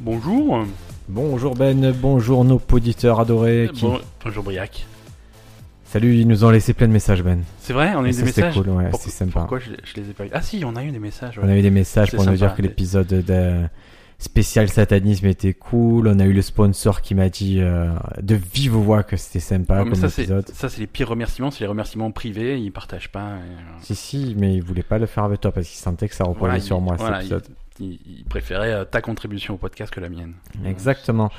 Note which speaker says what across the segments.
Speaker 1: Bonjour.
Speaker 2: Bonjour Ben, bonjour nos auditeurs adorés. qui-
Speaker 1: Bon- bonjour Briac.
Speaker 2: Salut, ils nous ont laissé plein de messages Ben.
Speaker 1: C'est vrai, on a
Speaker 2: Et
Speaker 1: eu
Speaker 2: ça,
Speaker 1: des messages.
Speaker 2: cool, ouais,
Speaker 1: Pourquoi-
Speaker 2: c'est sympa.
Speaker 1: Pourquoi je, je les ai pas eu Ah si, on a eu des messages. ouais.
Speaker 2: on a eu des messages
Speaker 1: C'est
Speaker 2: pour nous
Speaker 1: sympa.
Speaker 2: dire que l'épisode de spécial satanisme était cool. On a eu le sponsor qui m'a dit euh, de vive voix que c'était sympa
Speaker 1: Non, mais
Speaker 2: comme
Speaker 1: ça, c'est
Speaker 2: épisode.
Speaker 1: ça, c'est les pires remerciements. C'est les remerciements privés. Ils partagent pas. et, euh,
Speaker 2: Si, si, mais il voulait pas le faire avec toi parce qu'il sentait que ça reposait
Speaker 1: voilà,
Speaker 2: sur
Speaker 1: ils-
Speaker 2: moi
Speaker 1: voilà,
Speaker 2: cet épisode.
Speaker 1: Ils, ils- ils préféraient euh, ta contribution au podcast que la mienne.
Speaker 2: Exactement.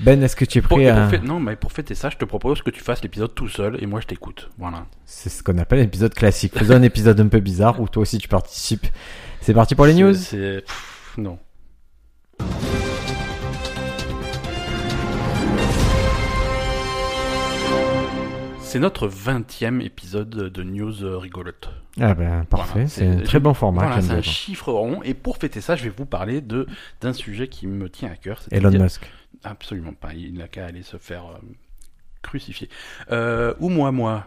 Speaker 2: Ben, est-ce que tu es
Speaker 1: Pour-
Speaker 2: prêt
Speaker 1: et pour
Speaker 2: à...
Speaker 1: fê- Non, mais pour fêter ça, je te propose que tu fasses l'épisode tout seul et moi je t'écoute. Voilà.
Speaker 2: C'est ce qu'on appelle un épisode classique. Faisons un épisode un peu bizarre où toi aussi tu participes. C'est parti pour les
Speaker 1: C'est-
Speaker 2: news
Speaker 1: C'est. pff, Non. C'est notre 20e épisode de news euh, rigolote.
Speaker 2: Ah ben, parfait.
Speaker 1: Voilà,
Speaker 2: c'est un
Speaker 1: c'est-
Speaker 2: très bon bah, format.
Speaker 1: voilà,
Speaker 2: j'aime
Speaker 1: c'est
Speaker 2: bien.
Speaker 1: un chiffre rond. Et pour fêter ça, je vais vous parler de d'un sujet qui me tient à cœur.
Speaker 2: Elon
Speaker 1: c'est-à-dire-
Speaker 2: Musk.
Speaker 1: Absolument pas. Il n'a qu'à aller se faire euh, crucifier. Euh, ou moi moi.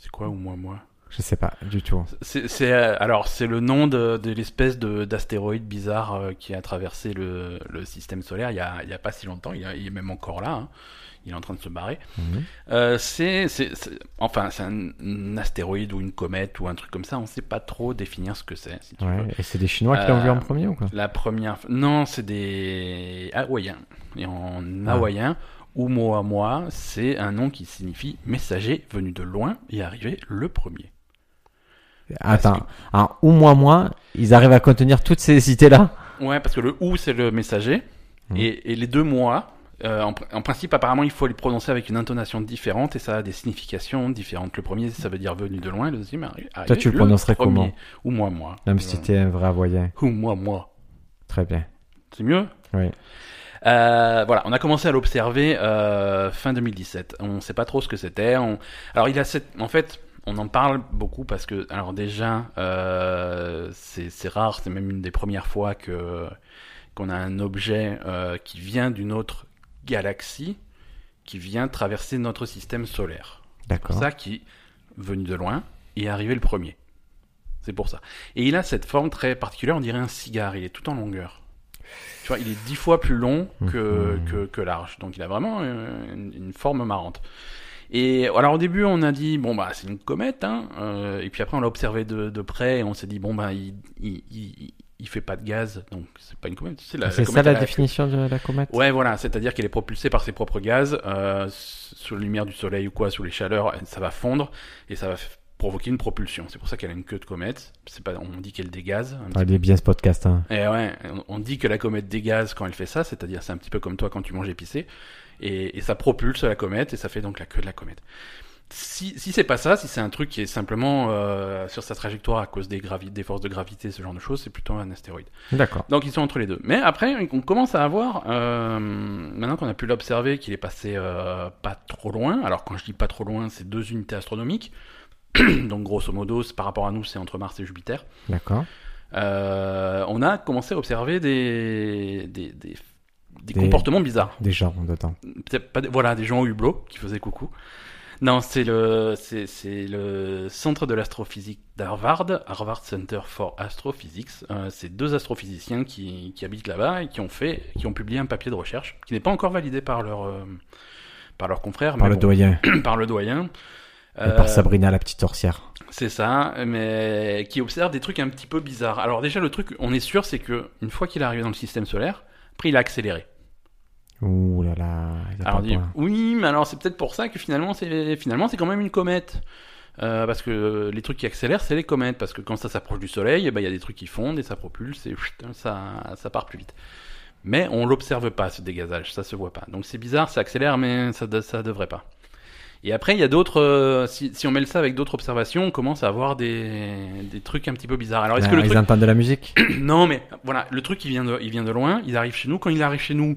Speaker 1: C'est quoi ou moi moi
Speaker 2: Je sais pas du tout.
Speaker 1: C'est c'est, euh, alors c'est le nom de, de l'espèce de- d'astéroïde bizarre euh, qui a traversé le, le système solaire il y a, il y a pas si longtemps. Il, a- il est même encore là. hein. Il est en train de se barrer.
Speaker 2: Mhm.
Speaker 1: Euh, c'est c'est- c'est- enfin c'est un, un astéroïde ou une comète ou un truc comme ça. On sait pas trop définir ce que c'est. Si tu veux.
Speaker 2: Ouais. Et c'est des Chinois qui l'ont vu en
Speaker 1: Euh,
Speaker 2: premier ou quoi
Speaker 1: La première. Non, c'est des Hawaïens. Et en
Speaker 2: Ah.
Speaker 1: Hawaïen, Oumuamua, c'est un nom qui signifie messager venu de loin et arrivé le premier.
Speaker 2: Attends. Alors, ou moi, moi, ils arrivent à contenir toutes ces cités-là
Speaker 1: Ouais, parce que le ou c'est le messager
Speaker 2: Mhm.
Speaker 1: et, et les deux mois. euh, en, pr- en principe, apparemment, il faut les prononcer avec une intonation différente et ça a des significations différentes. Le premier, ça veut dire venu de loin, le deuxième, arri- arrivé.
Speaker 2: tu le prononcerais comment
Speaker 1: Ou moi, moi.
Speaker 2: Même si t'es un vrai Hawaïen.
Speaker 1: Ou moi, moi.
Speaker 2: Très bien.
Speaker 1: C'est mieux
Speaker 2: Oui.
Speaker 1: Euh, voilà, on a commencé à l'observer euh, fin 2017. On ne sait pas trop ce que c'était. On- Alors, il a cette... en fait, on en parle beaucoup parce que, alors déjà, euh, c'est c'est rare, c'est même une des premières fois que qu'on a un objet euh, qui vient d'une autre galaxie qui vient traverser notre système solaire. C'est pour
Speaker 2: D'accord.
Speaker 1: ça qui venu de loin et arrivé le premier. C'est pour ça. Et il a cette forme très particulière, on dirait un cigare, il est tout en longueur. Tu vois, il est dix fois plus long que,
Speaker 2: Mhm.
Speaker 1: que, que large. Donc il a vraiment euh, une, une forme marrante. Et alors au début, on a dit, bon bah c'est une comète, hein. euh, et puis après on l'a observé de, de près et on s'est dit, bon bah il, il, il, il fait pas de gaz, donc c'est pas une comète. C'est la- la
Speaker 2: Ah, C'est ça
Speaker 1: comète,
Speaker 2: la
Speaker 1: elle a-
Speaker 2: définition de la comète
Speaker 1: Ouais, voilà, c'est-à-dire qu'elle est propulsée par ses propres gaz, euh, s- sous la lumière du soleil ou quoi, sous les chaleurs, elle- ça va fondre et ça va f- provoquer une propulsion. C'est pour ça qu'elle a une queue de comète. C'est pas, on dit qu'elle dégaze. Un petit
Speaker 2: Ah, il est bien ce podcast. Hein.
Speaker 1: peu. Et ouais, on- on dit que la comète dégaze quand elle fait ça, c'est-à-dire c'est un petit peu comme toi quand tu manges épicé, et, et ça propulse la comète et ça fait donc la queue de la comète. Si, si c'est pas ça, si c'est un truc qui est simplement euh, sur sa trajectoire à cause des, gravi- des forces de gravité, ce genre de choses, c'est plutôt un astéroïde.
Speaker 2: D'accord.
Speaker 1: Donc ils sont entre les deux. Mais après, on commence à avoir, euh, maintenant qu'on a pu l'observer, qu'il est passé euh, pas trop loin. Alors quand je dis pas trop loin, c'est deux unités astronomiques. Donc grosso modo, c'est- par rapport à nous, c'est entre Mars et Jupiter.
Speaker 2: D'accord.
Speaker 1: Euh, on a commencé à observer des, des, des, des
Speaker 2: Des-
Speaker 1: comportements bizarres.
Speaker 2: Des gens dedans.
Speaker 1: Peut-être pas des- voilà, des gens au hublot qui faisaient coucou. Non, c'est le, c'est, c'est le centre de l'astrophysique d'Harvard, Harvard Center for Astrophysics. Euh, c'est deux astrophysiciens qui, qui habitent là-bas et qui ont fait, qui ont publié un papier de recherche qui n'est pas encore validé par leur, euh, par leurs confrères,
Speaker 2: Par
Speaker 1: mais
Speaker 2: le
Speaker 1: bon,
Speaker 2: doyen.
Speaker 1: par le doyen.
Speaker 2: et
Speaker 1: Euh,
Speaker 2: Par Sabrina la petite sorcière.
Speaker 1: c'est ça, mais qui observe des trucs un petit peu bizarres. Alors déjà le truc, on est sûr, c'est que une fois qu'il est arrivé dans le système solaire, après il a accéléré.
Speaker 2: Ouh là là. il y a
Speaker 1: Alors,
Speaker 2: pas
Speaker 1: on dit,
Speaker 2: point.
Speaker 1: oui, mais alors c'est peut-être pour ça que finalement c'est finalement c'est quand même une comète. Euh, parce que euh, les trucs qui accélèrent, c'est les comètes. Parce que quand ça s'approche du Soleil, eh ben, il y a des trucs qui fondent et ça propulse et chut, ça, ça part plus vite. Mais on l'observe pas ce dégazage, ça se voit pas. Donc c'est bizarre, ça accélère, mais ça de- ça devrait pas. Et après, il y a d'autres. euh, si, si on mêle ça avec d'autres observations, on commence à avoir des, des trucs un petit peu bizarres. Alors est-ce que
Speaker 2: Ah,
Speaker 1: le
Speaker 2: ils
Speaker 1: truc
Speaker 2: entendent de la musique
Speaker 1: non, mais voilà, le truc, il vient de, il vient de loin, il arrive chez nous. Quand il arrive chez nous,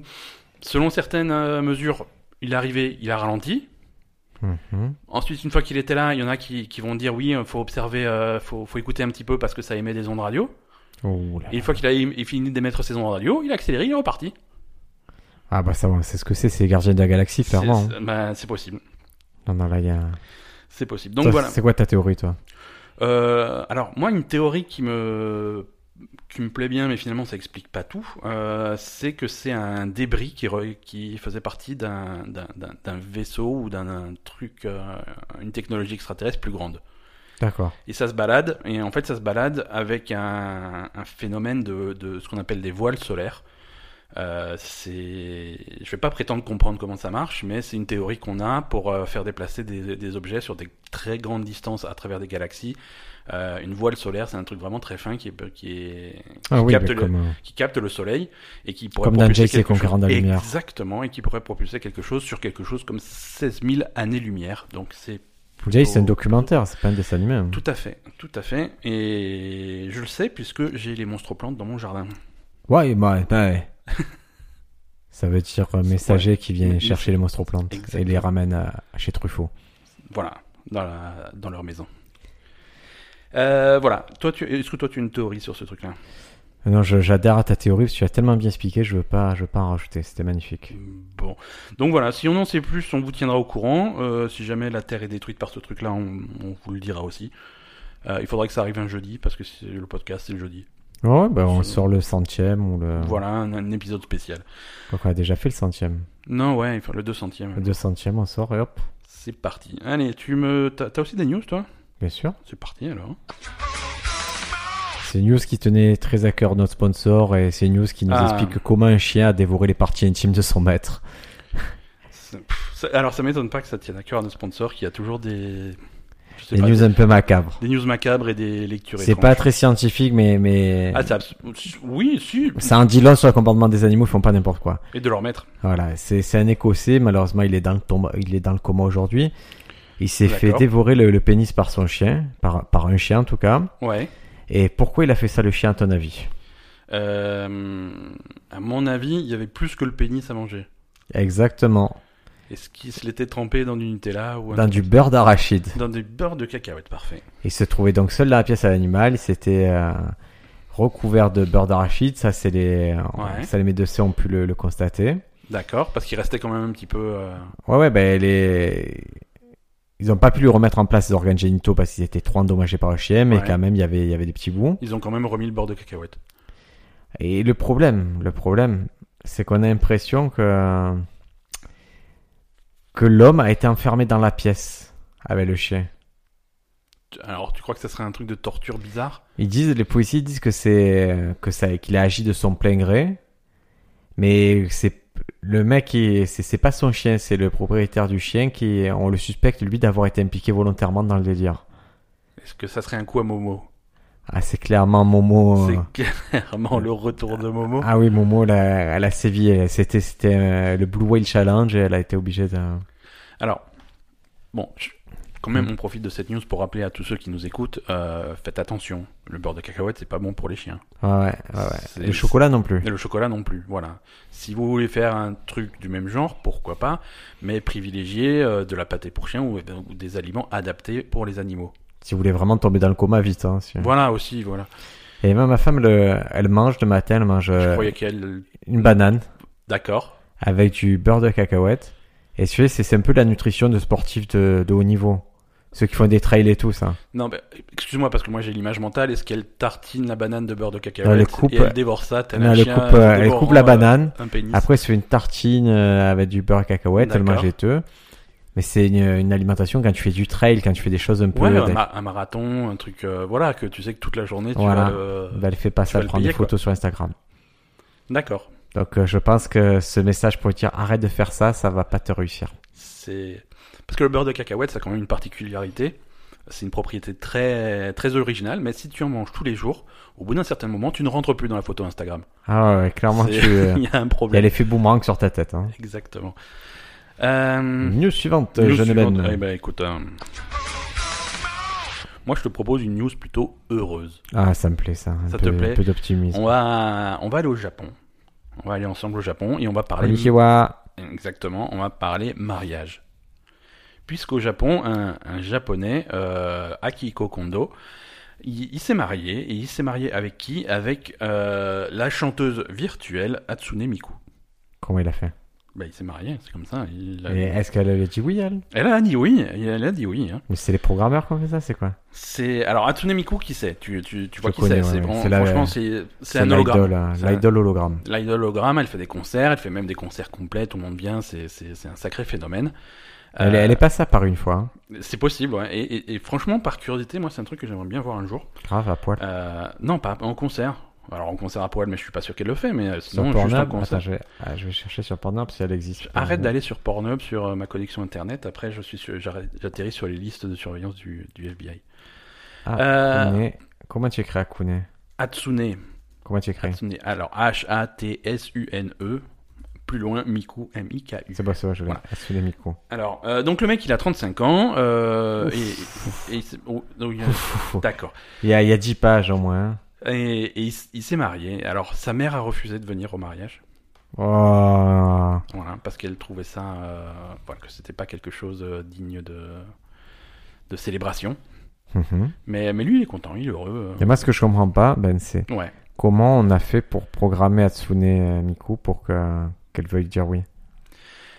Speaker 1: selon certaines euh, mesures, il est arrivé, il a ralenti.
Speaker 2: Mhm.
Speaker 1: Ensuite, une fois qu'il était là, il y en a qui, qui vont dire oui, euh, faut observer, euh, faut, faut écouter un petit peu parce que ça émet des ondes radio.
Speaker 2: Ouh là
Speaker 1: Et
Speaker 2: là.
Speaker 1: une fois qu'il a é- fini d'émettre ses ondes radio, il a accéléré, il est reparti.
Speaker 2: Ah bah ça, on sait ce que c'est. C'est les gardiens de la galaxie,
Speaker 1: C'est
Speaker 2: clairement. hein.
Speaker 1: c'est- bah, c'est possible.
Speaker 2: Non, non, là, il y a...
Speaker 1: C'est possible. Donc
Speaker 2: Toi,
Speaker 1: voilà.
Speaker 2: C'est quoi ta théorie, toi
Speaker 1: Euh, alors, moi, une théorie qui me qui me plaît bien, mais finalement ça explique pas tout, euh, c'est que c'est un débris qui, re- qui faisait partie d'un, d'un, d'un- d'un vaisseau ou d'un d'un truc, euh, une technologie extraterrestre plus grande.
Speaker 2: D'accord.
Speaker 1: Et ça se balade, et en fait ça se balade avec un, un phénomène de, de ce qu'on appelle des voiles solaires. Euh, c'est, je vais pas prétendre comprendre comment ça marche, mais c'est une théorie qu'on a pour euh, faire déplacer des, des objets sur des très grandes distances à travers des galaxies. Euh, une voile solaire, c'est un truc vraiment très fin qui est, qui est
Speaker 2: Ah oui,
Speaker 1: capte
Speaker 2: bah,
Speaker 1: le-
Speaker 2: comme, euh,
Speaker 1: qui capte le soleil et qui pourrait
Speaker 2: Comme dans
Speaker 1: propulser
Speaker 2: Jack, c'est
Speaker 1: quelque
Speaker 2: Conquérant
Speaker 1: chose.
Speaker 2: de la lumière.
Speaker 1: Exactement, et qui pourrait propulser quelque chose sur quelque chose comme 16 000 années-lumière. Donc c'est
Speaker 2: Jay, c'est un
Speaker 1: plutôt-
Speaker 2: documentaire, c'est pas un dessin animé. hein.
Speaker 1: tout à fait, tout à fait. Et je le sais puisque j'ai les monstres plantes dans mon jardin.
Speaker 2: Ouais, bah, ouais, ouais. Ça veut dire euh, messager qui vient
Speaker 1: Mais-
Speaker 2: chercher les monstres aux plantes et les
Speaker 1: Exactement.
Speaker 2: ramène à- chez Truffaut.
Speaker 1: Voilà, dans, la, dans leur maison. Euh, voilà, toi, tu, est-ce que toi tu as une théorie sur ce truc-là
Speaker 2: Non, je- j'adhère à ta théorie parce que tu as tellement bien expliqué, je veux pas, je veux pas en rajouter. C'était magnifique.
Speaker 1: Bon, donc voilà, si on en sait plus, on vous tiendra au courant. Euh, si jamais la Terre est détruite par ce truc-là, on, on vous le dira aussi. Euh, il faudra que ça arrive un jeudi parce que c'est- le podcast c'est le jeudi.
Speaker 2: Ouais, bah on
Speaker 1: C'est-
Speaker 2: sort le centième, on le.
Speaker 1: Voilà, un, un épisode spécial.
Speaker 2: Donc on a déjà fait le centième.
Speaker 1: Non, ouais, il faut le 200ème.
Speaker 2: Le deux centième, on sort et hop.
Speaker 1: C'est parti. Allez, tu me. T'as t'as aussi des news, toi
Speaker 2: Bien sûr.
Speaker 1: C'est parti alors.
Speaker 2: C'est une news qui tenait très à cœur notre sponsor et c'est une news qui nous
Speaker 1: Ah.
Speaker 2: explique comment un chien a dévoré les parties intimes de son maître.
Speaker 1: C'est- pff, ça- alors, ça m'étonne pas que ça tienne à cœur à nos sponsors qui a toujours des. je sais
Speaker 2: Des
Speaker 1: pas,
Speaker 2: news un peu macabres.
Speaker 1: des news macabres et des lectures
Speaker 2: C'est
Speaker 1: étranges.
Speaker 2: pas très scientifique, mais, mais
Speaker 1: Ah, c'est abs- Oui, si,
Speaker 2: ça en dit long sur le comportement des animaux, ils font pas n'importe quoi.
Speaker 1: et de leur maître.
Speaker 2: Voilà, c'est c'est un Écossais, malheureusement il est dans le, tomba- il est dans le coma aujourd'hui. Il s'est fait
Speaker 1: D'accord.
Speaker 2: dévorer le, le pénis par son chien, par, par un chien en tout cas.
Speaker 1: Ouais.
Speaker 2: Et pourquoi il a fait ça le chien à ton avis
Speaker 1: Euh, à mon avis, il y avait plus que le pénis à manger.
Speaker 2: Exactement,
Speaker 1: Est-ce qu'il se l'était trempé dans du Nutella ou un-
Speaker 2: dans du beurre d'arachide.
Speaker 1: dans du beurre de cacahuète Parfait.
Speaker 2: Il se trouvait donc seul dans la pièce à l'animal, il s'était euh, recouvert de beurre d'arachide, ça c'est les, euh,
Speaker 1: Ouais.
Speaker 2: ça les médecins ont pu le- le constater.
Speaker 1: D'accord, parce qu'il restait quand même un petit peu. euh,
Speaker 2: Ouais, ouais, ben les... ils n'ont pas pu lui remettre en place les organes génitaux parce qu'ils étaient trop endommagés par le chien, mais
Speaker 1: Ouais.
Speaker 2: quand même, il y avait- il y avait des petits bouts.
Speaker 1: Ils ont quand même remis le beurre de cacahuète.
Speaker 2: Et le problème, le problème, c'est qu'on a l'impression que... que l'homme a été enfermé dans la pièce avec le chien.
Speaker 1: Tu- Alors, tu crois que ça serait un truc de torture bizarre
Speaker 2: Ils disent, les policiers disent que c'est que ça, qu'il a agi de son plein gré, mais c'est le mec qui c'est c'est pas son chien, c'est le propriétaire du chien qui on le suspecte lui d'avoir été impliqué volontairement dans le délire.
Speaker 1: Est-ce que ça serait un coup à Momo
Speaker 2: Ah, c'est clairement Momo. euh,
Speaker 1: C'est clairement le retour de Momo.
Speaker 2: Ah oui, Momo, elle a, elle a sévi. elle- C'était, c'était euh, le Blue Whale Challenge et elle a été obligée de.
Speaker 1: Alors, bon, je- quand
Speaker 2: Mhm.
Speaker 1: même, on profite de cette news pour rappeler à tous ceux qui nous écoutent euh, faites attention, le beurre de cacahuète, c'est pas bon pour les chiens.
Speaker 2: Ouais, ouais, Ah ouais, ouais.
Speaker 1: C'est-
Speaker 2: Le chocolat non plus.
Speaker 1: Et le chocolat non plus, voilà. Si vous voulez faire un truc du même genre, pourquoi pas, mais privilégiez euh, de la pâtée pour chien ou, euh, ou des aliments adaptés pour les animaux.
Speaker 2: Si vous voulez vraiment tomber dans le coma vite. Hein, si-
Speaker 1: Voilà aussi, voilà.
Speaker 2: Et même ma femme, le, elle mange le matin, elle mange
Speaker 1: Je
Speaker 2: euh,
Speaker 1: croyais qu'elle.
Speaker 2: une banane
Speaker 1: D'accord.
Speaker 2: avec du beurre de cacahuète. Et tu sais, c'est, c'est un peu la nutrition de sportifs de, de haut niveau. Ceux qui font des trails et tout ça.
Speaker 1: Non, mais excuse-moi, parce que moi j'ai l'image mentale. Est-ce qu'elle tartine la banane de beurre de
Speaker 2: Non, elle
Speaker 1: cacahuète
Speaker 2: coupe-
Speaker 1: et elle dévore ça tel
Speaker 2: Non,
Speaker 1: un
Speaker 2: elle,
Speaker 1: chien
Speaker 2: coupe, euh, elle
Speaker 1: dévorant,
Speaker 2: coupe la
Speaker 1: euh,
Speaker 2: banane.
Speaker 1: Un pénis.
Speaker 2: Après, c'est une tartine euh, avec du beurre à cacahuète, elle
Speaker 1: D'accord.
Speaker 2: mange les deux. Mais c'est une, une alimentation quand tu fais du trail, quand tu fais des choses un peu.
Speaker 1: Ouais, un,
Speaker 2: d'a-
Speaker 1: ma- un marathon, un truc, euh, voilà, que tu sais que toute la journée, tu
Speaker 2: Voilà.
Speaker 1: vas euh, le-
Speaker 2: bah, elle fait pas
Speaker 1: tu
Speaker 2: ça,
Speaker 1: vas
Speaker 2: elle
Speaker 1: le
Speaker 2: prend des
Speaker 1: payer, quoi.
Speaker 2: photos sur Instagram.
Speaker 1: D'accord.
Speaker 2: Donc euh, je pense que ce message pour dire arrête de faire ça, ça va pas te réussir.
Speaker 1: C'est parce que le beurre de cacahuète, ça a quand même une particularité. C'est une propriété très très originale, mais si tu en manges tous les jours, au bout d'un certain moment, tu ne rentres plus dans la photo Instagram.
Speaker 2: Ah ouais, clairement
Speaker 1: C'est-
Speaker 2: tu. euh,
Speaker 1: Il y a un
Speaker 2: Il y a
Speaker 1: problème.
Speaker 2: l'effet boomerang sur ta tête. Hein.
Speaker 1: Exactement. Euh...
Speaker 2: News suivante,
Speaker 1: news
Speaker 2: Mhm. jeune
Speaker 1: suivante.
Speaker 2: Ben.
Speaker 1: Eh ben, écoute, euh, moi je te propose une news plutôt heureuse.
Speaker 2: Ah, ça me plaît ça. Un
Speaker 1: Ça
Speaker 2: peu,
Speaker 1: te plaît
Speaker 2: un peu d'optimisme.
Speaker 1: On va on va aller au Japon. On va aller ensemble au Japon et on va parler
Speaker 2: Konnichiwa.
Speaker 1: Exactement, on va parler mariage. Puisqu'au Japon, un, un japonais, euh, Akiko Kondo, il, il s'est marié, et il s'est marié avec qui Avec euh, la chanteuse virtuelle Hatsune Miku.
Speaker 2: Comment il a fait
Speaker 1: Bah, il s'est marié, c'est comme ça. Il a-
Speaker 2: Et Est-ce qu'elle avait dit oui, elle
Speaker 1: Elle a dit oui, elle a dit oui. hein.
Speaker 2: Mais c'est les programmeurs qui ont fait ça, c'est quoi
Speaker 1: C'est alors Hatsune Miku qui c'est. Tu, tu, tu vois
Speaker 2: Je
Speaker 1: qui c'est.
Speaker 2: connais,
Speaker 1: c'est
Speaker 2: ouais.
Speaker 1: vraiment-
Speaker 2: C'est la-
Speaker 1: franchement, c'est c'est un
Speaker 2: l'idole,
Speaker 1: hologramme.
Speaker 2: hein,
Speaker 1: C'est un-
Speaker 2: l'idole hologramme.
Speaker 1: L'idologramme, elle fait des concerts, elle fait même des concerts complets, tout le monde vient, c'est c'est- c'est un sacré phénomène.
Speaker 2: Elle, est-
Speaker 1: Euh,
Speaker 2: elle est pas ça par une fois. hein.
Speaker 1: C'est possible, ouais. et, et- et franchement, par curiosité, moi, c'est un truc que j'aimerais bien voir un jour.
Speaker 2: Grave, à poil.
Speaker 1: Euh, non, pas en concert. Alors en concert à poil, mais je suis pas sûr qu'elle le fait, mais euh,
Speaker 2: Sur
Speaker 1: sinon juste en
Speaker 2: Pornhub,
Speaker 1: concert.
Speaker 2: Attends, je, vais, ah, je vais chercher sur Pornhub si elle existe.
Speaker 1: Arrête d'aller sur Pornhub, sur euh, ma connexion internet. Après, je suis sur- j'arrête- j'atterris sur les listes de surveillance du, du FBI.
Speaker 2: Ah,
Speaker 1: Euh,
Speaker 2: Kune. Comment tu écris Akune
Speaker 1: Hatsune.
Speaker 2: Comment tu écris
Speaker 1: Hatsune. Alors H-A-T-S-U-N-E. E, Plus loin, Miku, M-I-K-U.
Speaker 2: C'est bon, c'est bon, je l'ai.
Speaker 1: Voilà.
Speaker 2: Asune Miku.
Speaker 1: Alors, euh, donc le mec, il a 35 ans. euh, et, et il s'est- oh, oh, il- D'accord.
Speaker 2: Il y, a, il y a 10 pages au moins. hein.
Speaker 1: Et, et il, s- il s'est marié. Alors, sa mère a refusé de venir au mariage.
Speaker 2: Oh.
Speaker 1: Voilà, parce qu'elle trouvait ça. euh, voilà, que c'était pas quelque chose euh, digne de, de célébration.
Speaker 2: Mhm.
Speaker 1: Mais, mais lui, il est content, il est heureux.
Speaker 2: Et moi, ce que je comprends pas, ben, c'est
Speaker 1: euh, Ouais.
Speaker 2: comment on a fait pour programmer Hatsune euh, Miku pour que- qu'elle veuille dire oui.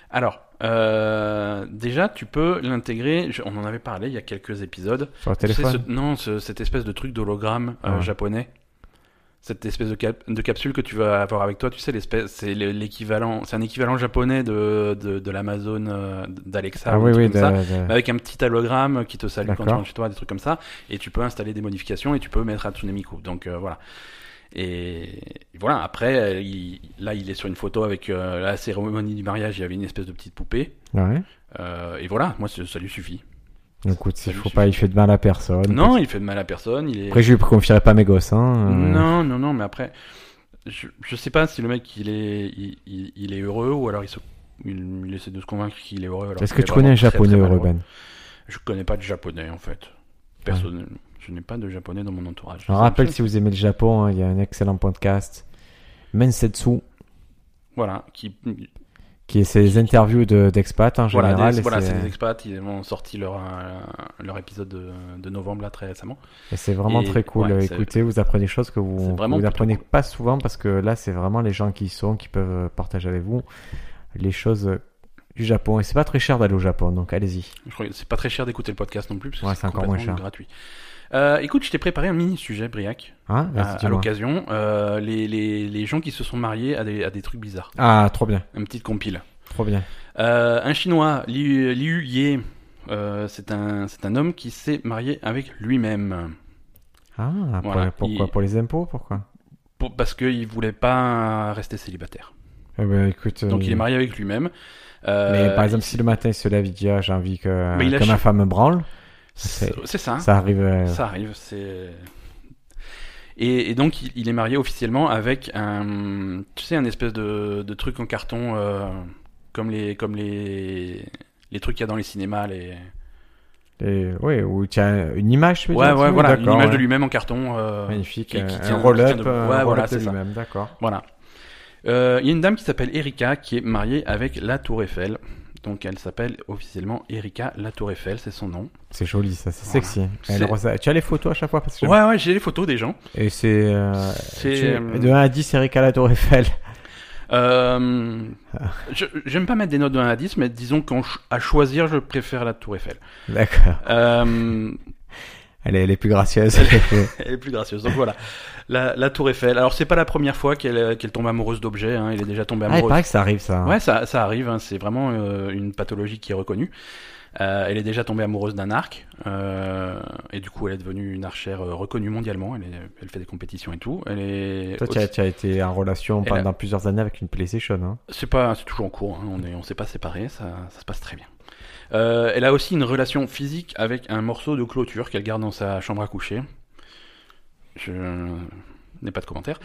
Speaker 1: Alors, euh, déjà, tu peux l'intégrer. je- On en avait parlé il y a quelques épisodes.
Speaker 2: Sur le
Speaker 1: Tu sais,
Speaker 2: téléphone
Speaker 1: ce- non, ce- cette espèce de truc d'hologramme euh,
Speaker 2: Ah.
Speaker 1: japonais. Cette espèce de, cap- de capsule que tu vas avoir avec toi, tu sais, l'espèce, c'est le- l'équivalent, c'est un équivalent japonais de, de, de l'Amazon, euh, d'Alexa,
Speaker 2: Ah
Speaker 1: ou
Speaker 2: oui,
Speaker 1: un truc
Speaker 2: oui, de,
Speaker 1: comme ça.
Speaker 2: de-
Speaker 1: Mais Bah, avec un petit hologramme qui te salue quand tu
Speaker 2: D'accord.
Speaker 1: rentres chez toi, des trucs comme ça, et tu peux installer des modifications et tu peux mettre Hatsune Miku. Donc euh, voilà. Et voilà, après, euh, il- là, il est sur une photo avec euh, la cérémonie du mariage, il y avait une espèce de petite poupée.
Speaker 2: Ouais.
Speaker 1: Euh, et voilà, moi, c'est- ça lui suffit.
Speaker 2: Donc, écoute,
Speaker 1: Ça
Speaker 2: s'il
Speaker 1: lui
Speaker 2: faut pas, il fait de mal à personne.
Speaker 1: Non, il fait de mal à personne, il est...
Speaker 2: Après, je lui confierai pas mes gosses. Hein. euh,
Speaker 1: Non, non, non, mais après, je, je sais pas si le mec, il est, il, il- il est heureux ou alors il, se, il, il essaie de se convaincre qu'il est heureux. alors
Speaker 2: Est-ce
Speaker 1: qu'il
Speaker 2: que
Speaker 1: est
Speaker 2: tu connais un
Speaker 1: vraiment très, très
Speaker 2: japonais
Speaker 1: malheureux.
Speaker 2: heureux, Ben
Speaker 1: Je connais pas de japonais en fait. Personne. Je n'ai pas de japonais dans mon entourage.
Speaker 2: Je rappelle si vous aimez le Japon, hein, il y a un excellent podcast, Mensetsu,
Speaker 1: Voilà, qui
Speaker 2: qui est ses interviews de- d'expats en
Speaker 1: voilà,
Speaker 2: général.
Speaker 1: des-
Speaker 2: et
Speaker 1: voilà,
Speaker 2: c'est-
Speaker 1: c'est des expats. Ils ont sorti leur euh, leur épisode de, de novembre là très récemment.
Speaker 2: et c'est vraiment
Speaker 1: et-
Speaker 2: très cool.
Speaker 1: ouais, c'est-
Speaker 2: Écoutez, vous apprenez des choses que
Speaker 1: c'est
Speaker 2: vous
Speaker 1: vraiment
Speaker 2: vous
Speaker 1: plutôt
Speaker 2: apprenez
Speaker 1: cool.
Speaker 2: pas souvent parce que là, c'est vraiment les gens qui y sont qui peuvent partager avec vous les choses du Japon. Et c'est pas très cher d'aller au Japon, donc allez-y.
Speaker 1: Je crois que c'est pas très cher d'écouter le podcast non plus parce que
Speaker 2: Ouais,
Speaker 1: c'est
Speaker 2: c'est encore
Speaker 1: complètement
Speaker 2: moins cher.
Speaker 1: gratuit. Euh, écoute, je t'ai préparé un mini sujet, Briac,
Speaker 2: Hein Vas-y,
Speaker 1: Ah, à, à
Speaker 2: dis-moi.
Speaker 1: l'occasion. Euh, les, les, les gens qui se sont mariés à des, à des trucs bizarres.
Speaker 2: Ah, trop bien,
Speaker 1: Un petit compile.
Speaker 2: trop bien.
Speaker 1: Euh, un chinois, Liu, Liu Ye, euh, c'est un, c'est un homme qui s'est marié avec lui-même.
Speaker 2: Ah, pour-
Speaker 1: Voilà,
Speaker 2: pourquoi
Speaker 1: il-
Speaker 2: Pour les impôts, pourquoi
Speaker 1: Pour- parce qu'il voulait pas rester célibataire.
Speaker 2: Eh ben, écoute,
Speaker 1: Donc
Speaker 2: euh,
Speaker 1: il est marié avec lui-même. Euh,
Speaker 2: Mais par exemple, si le matin il se lève, il dit ah, j'ai envie que,
Speaker 1: Mais il a
Speaker 2: que ma
Speaker 1: ch-
Speaker 2: femme me branle,
Speaker 1: c'est c'est ça. hein. Ça,
Speaker 2: ça arrive. euh,
Speaker 1: arrive. C'est. Et, et donc il, il est marié officiellement avec un, tu sais, un espèce de, de truc en carton, euh, comme les, comme les, les trucs qu'il y a dans les cinémas, les.
Speaker 2: Et, oui, ou tiens, une image, tu veux
Speaker 1: Ouais,
Speaker 2: dire,
Speaker 1: ouais,
Speaker 2: oui,
Speaker 1: voilà, une
Speaker 2: d'accord,
Speaker 1: image
Speaker 2: ouais.
Speaker 1: de lui-même en carton. euh,
Speaker 2: Magnifique,
Speaker 1: qui- qui
Speaker 2: euh,
Speaker 1: tient-
Speaker 2: un
Speaker 1: qui
Speaker 2: roll-up
Speaker 1: tient debout.
Speaker 2: euh,
Speaker 1: Ouais, voilà,
Speaker 2: un roll-up de
Speaker 1: c'est ça.
Speaker 2: lui-même, d'accord.
Speaker 1: Voilà. Euh, Il y a une dame qui s'appelle Erika qui est mariée avec la Tour Eiffel. Donc elle s'appelle officiellement Erika la Tour Eiffel, c'est son nom.
Speaker 2: C'est joli, ça, c'est
Speaker 1: Voilà.
Speaker 2: sexy.
Speaker 1: C'est-
Speaker 2: Elle rose- Tu as les photos à chaque fois parce que j'aime-
Speaker 1: Ouais, ouais, j'ai les photos des gens.
Speaker 2: Et c'est. euh,
Speaker 1: C'est,
Speaker 2: tu-
Speaker 1: euh,
Speaker 2: De 1 à 10, Erika la Tour Eiffel.
Speaker 1: Euh,
Speaker 2: Ah.
Speaker 1: je- J'aime pas mettre des notes de 1 à 10, mais disons qu'à choisir, je préfère la Tour Eiffel.
Speaker 2: D'accord.
Speaker 1: Euh,
Speaker 2: Elle est, elle est plus gracieuse. Ah,
Speaker 1: elle est plus gracieuse. Donc voilà, la, la Tour Eiffel. Alors c'est pas la première fois qu'elle euh, qu'elle tombe amoureuse d'objets. Hein. Elle est déjà tombée
Speaker 2: ah, il
Speaker 1: amoureuse.
Speaker 2: paraît que ça arrive, ça.
Speaker 1: ouais, ça, ça arrive. hein. C'est vraiment euh, une pathologie qui est reconnue. Euh, elle est déjà tombée amoureuse d'un arc, euh, et du coup elle est devenue une archère euh, reconnue mondialement. Elle, est- elle fait des compétitions et tout. Elle est.
Speaker 2: Toi, tu as,
Speaker 1: aussi-
Speaker 2: tu as été en relation
Speaker 1: Elle a-
Speaker 2: pendant plusieurs années avec une PlayStation. Hein.
Speaker 1: C'est pas, c'est toujours en cours. hein. On est, on s'est pas séparés. Ça, ça se passe très bien. Euh, elle a aussi une relation physique avec un morceau de clôture qu'elle garde dans sa chambre à coucher. Je n'ai pas de commentaire.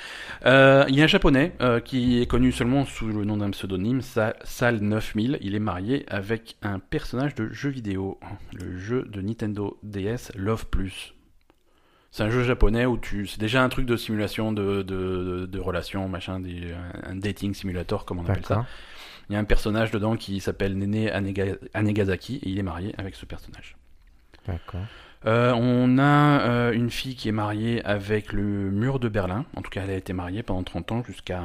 Speaker 1: Euh, Il y a un japonais euh, qui est connu seulement sous le nom d'un pseudonyme, Sa Sal 9000. Il est marié avec un personnage de jeu vidéo, le jeu de Nintendo DS Love Plus. C'est un jeu japonais où tu, c'est déjà un truc de simulation de, de, de, de relations, machin, des- un dating simulator comme on appelle ça.
Speaker 2: D'accord.
Speaker 1: Il y a un personnage dedans qui s'appelle Nene Anega- Anegasaki et il est marié avec ce personnage.
Speaker 2: D'accord.
Speaker 1: Euh, on a euh, une fille qui est mariée avec le mur de Berlin. En tout cas, elle a été mariée pendant 30 ans jusqu'à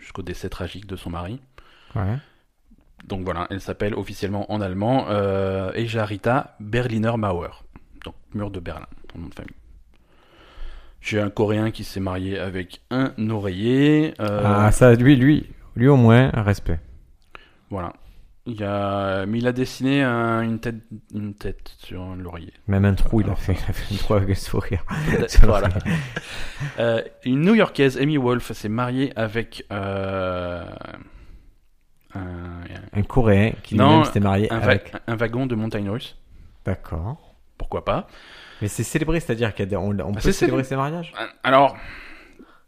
Speaker 1: jusqu'au décès tragique de son mari.
Speaker 2: Ouais.
Speaker 1: Donc voilà, elle s'appelle officiellement en allemand euh, Ejarita Berliner Mauer. Donc mur de Berlin, en nom de famille. J'ai un Coréen qui s'est marié avec un oreiller. euh,
Speaker 2: Ah, ça, lui, lui, lui au moins, respect.
Speaker 1: Voilà. Il y a... Mais il a dessiné un- une, tête... une tête sur un laurier.
Speaker 2: Même un trou, il a
Speaker 1: Alors,
Speaker 2: fait, il a fait un trou avec un sourire.
Speaker 1: voilà. Euh, une New-Yorkaise, Amy Wolf, s'est mariée avec euh, un,
Speaker 2: Un Coréen qui
Speaker 1: Non,
Speaker 2: lui-même s'était marié
Speaker 1: un va-
Speaker 2: avec.
Speaker 1: un wagon de montagne russe.
Speaker 2: D'accord.
Speaker 1: Pourquoi pas
Speaker 2: Mais c'est célébré, c'est-à-dire qu'on on on
Speaker 1: Ah,
Speaker 2: peut
Speaker 1: c'est
Speaker 2: célébrer ses mariages
Speaker 1: Alors,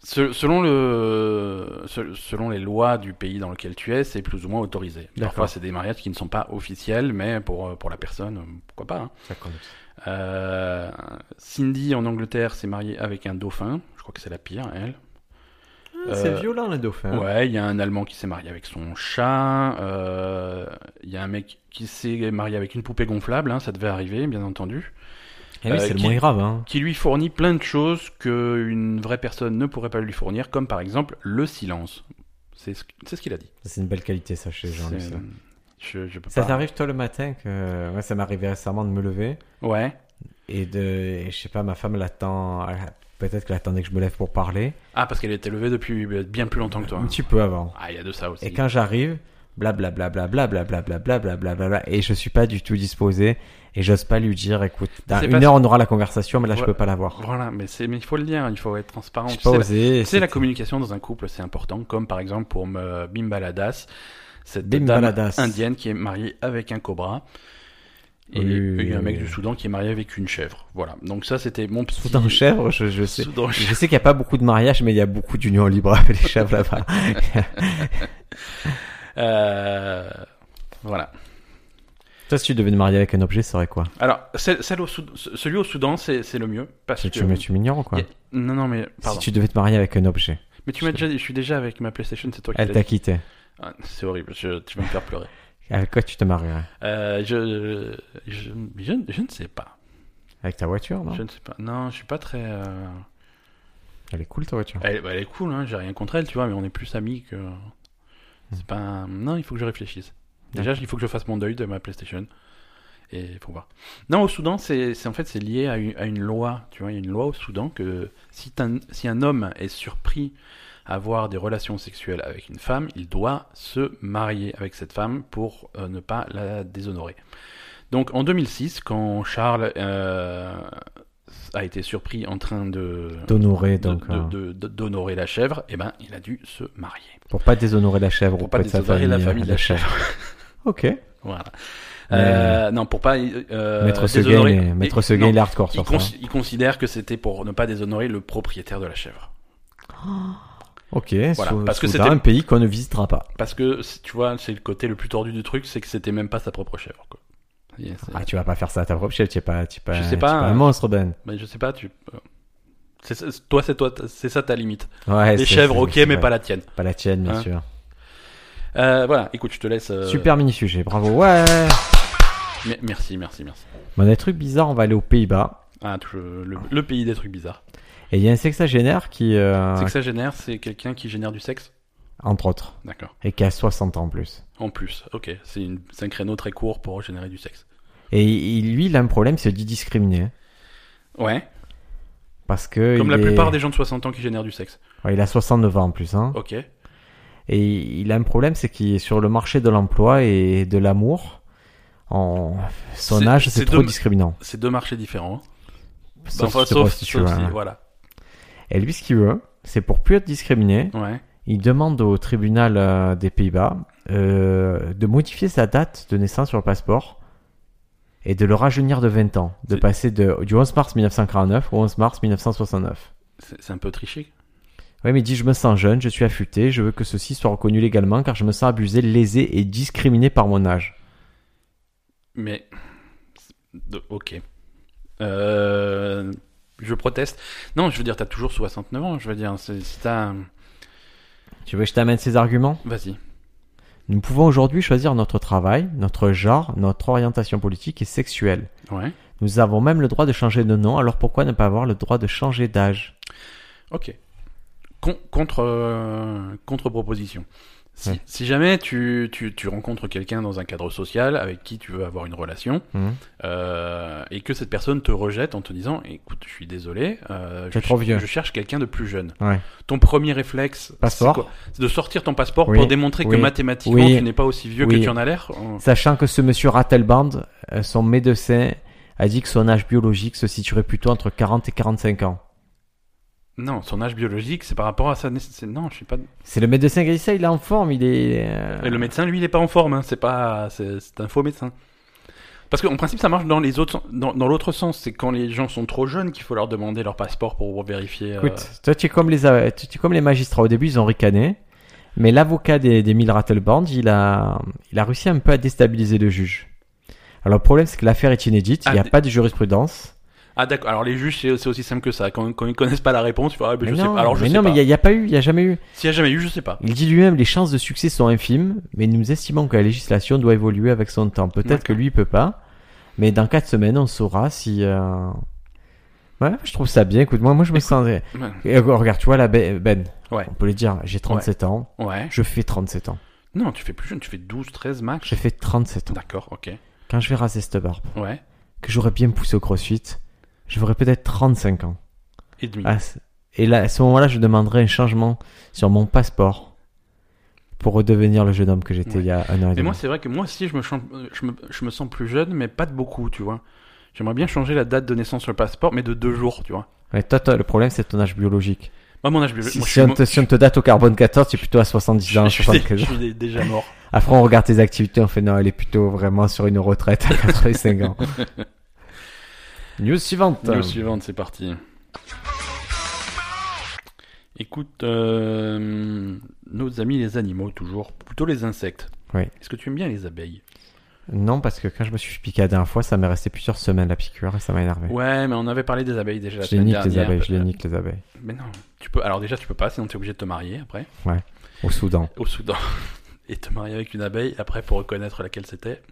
Speaker 1: se- selon, le, se- selon les lois du pays dans lequel tu es, c'est plus ou moins autorisé.
Speaker 2: D'accord.
Speaker 1: Parfois, c'est des mariages qui ne sont pas officiels, mais pour, euh, pour la personne, pourquoi pas. hein.
Speaker 2: Ça compte.
Speaker 1: Euh, Cindy en Angleterre s'est mariée avec un dauphin. Je crois que c'est la pire, elle.
Speaker 2: Ah, C'est
Speaker 1: Euh,
Speaker 2: violent, le dauphin.
Speaker 1: Ouais, il y a un Allemand qui s'est marié avec son chat. euh, Il y a un mec qui s'est marié avec une poupée gonflable. hein, ça devait arriver, bien entendu.
Speaker 2: Eh oui,
Speaker 1: Euh,
Speaker 2: c'est le
Speaker 1: qui-
Speaker 2: moins grave, hein.
Speaker 1: Qui lui fournit plein de choses que une vraie personne ne pourrait pas lui fournir, comme par exemple le silence. C'est ce, c'est ce qu'il a dit.
Speaker 2: C'est une belle qualité, ça, chez les gens. lui,
Speaker 1: C'est-
Speaker 2: ça.
Speaker 1: Je, je peux
Speaker 2: Ça
Speaker 1: pas-
Speaker 2: t'arrive, toi, le matin que... Moi, ça m'est arrivé récemment de me lever
Speaker 1: Ouais.
Speaker 2: et de... et je sais pas, ma femme l'attend... elle- Peut-être qu'elle attendait que je me lève pour parler.
Speaker 1: Ah, parce qu'elle était levée depuis bien plus longtemps que toi.
Speaker 2: Un petit peu avant.
Speaker 1: Ah, il y a de ça aussi.
Speaker 2: Et quand j'arrive, blablabla, blablabla, blablabla, blablabla, et je suis pas du tout disposé, et j'ose pas lui dire, écoute, dans
Speaker 1: C'est
Speaker 2: une
Speaker 1: parce-
Speaker 2: heure on aura la conversation, mais là je
Speaker 1: Ouais.
Speaker 2: peux pas l'avoir.
Speaker 1: Voilà, mais c'est, mais il faut le dire, il faut être transparent.
Speaker 2: J'ai
Speaker 1: Tu
Speaker 2: pas
Speaker 1: sais, la-
Speaker 2: osé. et
Speaker 1: C'est la
Speaker 2: c'était-
Speaker 1: communication dans un couple, c'est important, comme par exemple pour me Bimbaladas, cette
Speaker 2: Bim
Speaker 1: dame
Speaker 2: Baladas.
Speaker 1: indienne qui est mariée avec un cobra. Et
Speaker 2: Oui, oui,
Speaker 1: il y a un
Speaker 2: oui,
Speaker 1: mec
Speaker 2: oui.
Speaker 1: du Soudan qui est marié avec une chèvre. Voilà. Donc ça, c'était mon petit...
Speaker 2: Soudan chèvre, je, je sais.
Speaker 1: Soudan chèvre.
Speaker 2: Je sais qu'il y a pas beaucoup de mariages, mais il y a beaucoup d'unions libres avec les chèvres là-bas.
Speaker 1: Euh, Voilà.
Speaker 2: Toi, si tu devais te marier avec un objet, ça serait quoi
Speaker 1: Alors, celle, celle au Soudan- ce- celui au Soudan, c'est c'est le mieux. Parce
Speaker 2: Tu,
Speaker 1: que...
Speaker 2: tu, me- tu m'ignores ou quoi
Speaker 1: y a- Non, non, mais... Pardon.
Speaker 2: Si tu devais te marier avec un objet,
Speaker 1: Mais tu m'as déjà dit, je suis déjà avec ma PlayStation, c'est toi qui
Speaker 2: elle
Speaker 1: l'as
Speaker 2: t'a
Speaker 1: dit.
Speaker 2: quitté.
Speaker 1: Ah, C'est horrible, je- tu vas me faire pleurer.
Speaker 2: Avec quoi tu te marierais
Speaker 1: Euh, je, je, je, je ne sais pas.
Speaker 2: Avec ta voiture, non
Speaker 1: Je ne sais pas. Non, je suis pas très... euh,
Speaker 2: Elle est cool ta voiture.
Speaker 1: Elle, bah, elle est cool, hein, j'ai rien contre elle, tu vois, mais on est plus amis que. C'est pas. un- Non, il faut que je réfléchisse. Déjà, il faut que je fasse mon deuil de ma PlayStation. Et faut voir. Non, au Soudan, c'est c'est- en fait c'est lié à une, à une loi. Tu vois, il y a une loi au Soudan que si, un, si un homme est surpris à avoir des relations sexuelles avec une femme, il doit se marier avec cette femme pour euh, ne pas la déshonorer. Donc en 2006, quand Charles euh, a été surpris en train de
Speaker 2: D'honorer,
Speaker 1: de-
Speaker 2: donc. euh,
Speaker 1: de- de- de- d'honorer la chèvre, eh ben, il a dû se marier.
Speaker 2: Pour pas déshonorer la chèvre
Speaker 1: Pour
Speaker 2: ou
Speaker 1: pas
Speaker 2: de sa euh,
Speaker 1: déshonorer la famille de la chèvre. Euh,
Speaker 2: Ok.
Speaker 1: Voilà.
Speaker 2: Mais-
Speaker 1: Euh, non, pour pas euh,
Speaker 2: Maître Seguin,
Speaker 1: déshonorer-
Speaker 2: il est-
Speaker 1: et-
Speaker 2: Maître Seguin,
Speaker 1: non,
Speaker 2: il est hardcore
Speaker 1: il,
Speaker 2: sur ça.
Speaker 1: cons- il considère que c'était pour ne pas déshonorer le propriétaire de la chèvre.
Speaker 2: Ok,
Speaker 1: Voilà,
Speaker 2: sous-
Speaker 1: parce que
Speaker 2: soudain,
Speaker 1: c'était-
Speaker 2: un pays qu'on ne visitera pas.
Speaker 1: Parce que, c'est- tu vois, c'est le côté le plus tordu du truc, c'est que c'était même pas sa propre chèvre. Quoi. Et c'est-
Speaker 2: Ah, tu vas pas faire ça à ta propre chef, tu es pas, tu es pas,
Speaker 1: Je sais
Speaker 2: tu es
Speaker 1: pas,
Speaker 2: un
Speaker 1: euh,
Speaker 2: monstre, Ben.
Speaker 1: mais je sais pas, tu. euh, c'est ça- c'est- toi, c'est toi, t- c'est ça ta limite.
Speaker 2: Ouais,
Speaker 1: Les
Speaker 2: c'est-
Speaker 1: chèvres,
Speaker 2: c'est-
Speaker 1: ok,
Speaker 2: c'est
Speaker 1: mais
Speaker 2: vrai.
Speaker 1: pas la tienne.
Speaker 2: Pas la tienne, bien
Speaker 1: Hein.
Speaker 2: sûr.
Speaker 1: Euh, voilà, écoute, je te laisse. euh,
Speaker 2: Super mini sujet, bravo. Ouais.
Speaker 1: me- Merci, merci, merci.
Speaker 2: Bon, des trucs bizarres, on va aller aux Pays-Bas.
Speaker 1: Ah, tu- le, le pays des trucs bizarres.
Speaker 2: Et il y a un sexagénaire qui, euh,
Speaker 1: C'est que ça génère, c'est quelqu'un qui génère du sexe.
Speaker 2: entre autres,
Speaker 1: D'accord.
Speaker 2: et qui a 60 ans en plus.
Speaker 1: En plus, ok, c'est une- c'est un créneau très court pour générer du sexe.
Speaker 2: Et il- lui, il a un problème, c'est d'y discriminer. hein.
Speaker 1: Ouais,
Speaker 2: Parce que.
Speaker 1: comme
Speaker 2: il
Speaker 1: la
Speaker 2: est-
Speaker 1: plupart des Oh. gens de 60 ans qui génèrent du sexe.
Speaker 2: Ouais, il a 69 ans en plus, hein.
Speaker 1: Ok,
Speaker 2: Et il a un problème, c'est qu'il est sur le marché de l'emploi et de l'amour. En... Son
Speaker 1: C'est-
Speaker 2: âge, c'est
Speaker 1: c'est
Speaker 2: trop
Speaker 1: domm-
Speaker 2: discriminant.
Speaker 1: c'est deux marchés différents.
Speaker 2: Sauf
Speaker 1: enfin,
Speaker 2: si tu te
Speaker 1: sauf,
Speaker 2: prostitues,
Speaker 1: sauf
Speaker 2: hein.
Speaker 1: si- voilà.
Speaker 2: Et lui, ce qu'il veut, c'est pour plus être discriminé,
Speaker 1: Ouais,
Speaker 2: il demande au tribunal euh, des Pays-Bas euh, de modifier sa date de naissance sur le passeport et de le rajeunir de 20 ans, de
Speaker 1: C'est-
Speaker 2: passer de, du 11 mars 1949 au 11 mars 1969.
Speaker 1: c'est c'est un peu triché.
Speaker 2: Oui, mais il dit je me sens jeune, je suis affûté, je veux que ceci soit reconnu légalement car je me sens abusé, lésé et discriminé par mon âge.
Speaker 1: Mais, c'est- de- ok. Euh, je proteste. Non, je veux dire, t'as toujours 69 ans, je veux dire, c'est- si t'as...
Speaker 2: Tu veux que je t'amène ces arguments
Speaker 1: Vas-y.
Speaker 2: Nous pouvons aujourd'hui choisir notre travail, notre genre, notre orientation politique et sexuelle.
Speaker 1: Ouais,
Speaker 2: Nous avons même le droit de changer de nom, alors pourquoi ne pas avoir le droit de changer d'âge
Speaker 1: ok. Con- contre euh, Contre-proposition. Si,
Speaker 2: Ouais.
Speaker 1: si jamais tu, tu, tu rencontres quelqu'un dans un cadre social avec qui tu veux avoir une relation
Speaker 2: Mhm.
Speaker 1: euh, et que cette personne te rejette en te disant écoute je suis désolé euh, je,
Speaker 2: T'es trop
Speaker 1: ch-
Speaker 2: vieux.
Speaker 1: je cherche quelqu'un de plus jeune
Speaker 2: Ouais.
Speaker 1: ton premier réflexe
Speaker 2: Passeport.
Speaker 1: c'est quoi C'est de sortir ton passeport
Speaker 2: Oui.
Speaker 1: pour démontrer que
Speaker 2: Oui.
Speaker 1: mathématiquement
Speaker 2: Oui.
Speaker 1: tu n'es pas aussi vieux
Speaker 2: Oui.
Speaker 1: que tu en as l'air Euh,
Speaker 2: Sachant que ce monsieur Rattleband, euh, son médecin, a dit que son âge biologique se situerait plutôt entre 40 et 45 ans.
Speaker 1: non son âge biologique c'est par rapport à sa naissance non je suis pas
Speaker 2: C'est le médecin qui a dit ça, il est en forme, il est... euh,
Speaker 1: Et le médecin, lui, il est pas en forme. hein. C'est pas, c'est c'est un faux médecin. Parce qu'en principe, ça marche dans les autres, dans, dans l'autre sens. C'est quand les gens sont trop jeunes qu'il faut leur demander leur passeport pour vérifier. euh,
Speaker 2: Écoute, toi tu es, comme les, euh, tu tu es comme les magistrats, au début ils ont ricané, mais l'avocat des, des mille Rattleband, il a, il a réussi un peu à déstabiliser le juge. Alors le problème c'est que l'affaire est inédite, il
Speaker 1: Ah,
Speaker 2: n'y a
Speaker 1: des-
Speaker 2: pas de jurisprudence.
Speaker 1: Ah d'accord. Alors les juges, c'est c'est aussi simple que ça. Quand, quand ils connaissent pas la réponse, ils font, ah, ben,
Speaker 2: Mais
Speaker 1: je sais
Speaker 2: non,
Speaker 1: pas. Alors je
Speaker 2: mais
Speaker 1: sais
Speaker 2: non, mais
Speaker 1: pas.
Speaker 2: il n'y a, il y a pas eu, il n'y a jamais eu.
Speaker 1: S'il y a jamais eu, je sais pas.
Speaker 2: Il dit lui-même les chances de succès sont infimes, mais nous estimons que la législation doit évoluer avec son temps. Peut-être
Speaker 1: D'accord.
Speaker 2: que lui il peut pas, mais dans quatre semaines on saura si. euh, Ouais, je trouve ça bien. Écoute, moi, moi je me sens. Et, euh, regarde, tu vois là, Ben, Ben,
Speaker 1: Ouais.
Speaker 2: on peut le dire, j'ai 37 ans,
Speaker 1: Ouais.
Speaker 2: je fais 37 ans.
Speaker 1: Non, tu fais plus jeune. Tu fais 12, 13 max.
Speaker 2: J'ai fait 37 ans.
Speaker 1: D'accord. Ok.
Speaker 2: Quand je vais raser cette barbe,
Speaker 1: Ouais.
Speaker 2: que j'aurais bien poussé au crossfit, j'aurais peut-être 35 ans.
Speaker 1: Et demi.
Speaker 2: Ah, c'est- et là, à ce moment-là, je demanderais un changement sur mon passeport pour redevenir le jeune homme que j'étais
Speaker 1: Ouais.
Speaker 2: il y a un an et
Speaker 1: Mais
Speaker 2: demi.
Speaker 1: moi, c'est vrai que moi aussi, je me, chan- euh, je, me, je me sens plus jeune, mais pas de beaucoup, tu vois. J'aimerais bien changer la date de naissance sur le passeport, mais de deux jours, tu vois.
Speaker 2: Mais toi, toi, le problème, c'est ton âge biologique.
Speaker 1: Moi, mon âge biologique-
Speaker 2: Si,
Speaker 1: moi, je suis
Speaker 2: si on
Speaker 1: mo-
Speaker 2: te, si on te date au carbone 14, tu es plutôt à 70 ans,
Speaker 1: je, suis, dé-
Speaker 2: 75
Speaker 1: je
Speaker 2: ans.
Speaker 1: suis dé- déjà mort.
Speaker 2: Après, on regarde tes activités, on fait non, elle est plutôt vraiment sur une retraite à 85 ans. News suivante.
Speaker 1: News suivante, c'est parti. Écoute, euh, nos amis les animaux, toujours, plutôt les insectes.
Speaker 2: Oui.
Speaker 1: Est-ce que tu aimes bien les abeilles
Speaker 2: Non, parce que quand je me suis piqué la dernière fois, ça m'est resté plusieurs semaines la piqûre et ça m'a énervé.
Speaker 1: Ouais, mais on avait parlé des abeilles déjà la
Speaker 2: Je les
Speaker 1: semaine
Speaker 2: nique les
Speaker 1: dernière. euh,
Speaker 2: abeilles, je les nique les abeilles.
Speaker 1: Mais non, tu peux. Alors déjà, tu peux pas, sinon t'es obligé de te marier après
Speaker 2: Au Soudan.
Speaker 1: au Soudan et te marier avec une abeille après pour reconnaître laquelle c'était.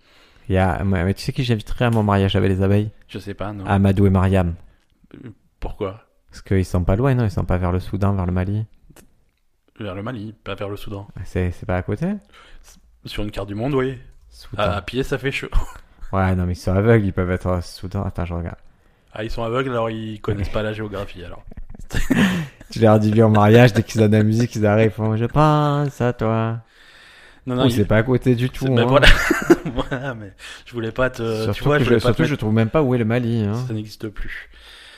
Speaker 2: Il y a, mais mais tu sais qui j'inviterais à mon mariage avec les abeilles
Speaker 1: Je sais pas, non.
Speaker 2: Amadou et Mariam.
Speaker 1: Pourquoi
Speaker 2: Parce qu'ils sont pas loin, non Ils sont pas vers le Soudan, vers le Mali.
Speaker 1: Vers le Mali, pas vers le Soudan.
Speaker 2: C'est c'est pas à côté
Speaker 1: Sur une carte du monde, oui.
Speaker 2: Soudan.
Speaker 1: À, à pied, ça fait chaud.
Speaker 2: Ouais, non, mais ils sont aveugles, ils peuvent être au Soudan. Attends, je regarde.
Speaker 1: Ah, ils sont aveugles, alors ils connaissent pas la géographie. Alors.
Speaker 2: Tu leur dis, viens au mariage, dès qu'ils ont de la musique, ils arrivent. ils font, je pense à toi.
Speaker 1: Non,
Speaker 2: Non,
Speaker 1: non, ils-
Speaker 2: c'est pas à côté du tout.
Speaker 1: C'est- ben
Speaker 2: hein.
Speaker 1: voilà. voilà, mais je voulais pas te.
Speaker 2: surtout
Speaker 1: tu vois,
Speaker 2: que
Speaker 1: je voulais
Speaker 2: je,
Speaker 1: pas te
Speaker 2: surtout, je
Speaker 1: mettre-
Speaker 2: trouve même pas où est le Mali. Hein.
Speaker 1: Ça n'existe plus.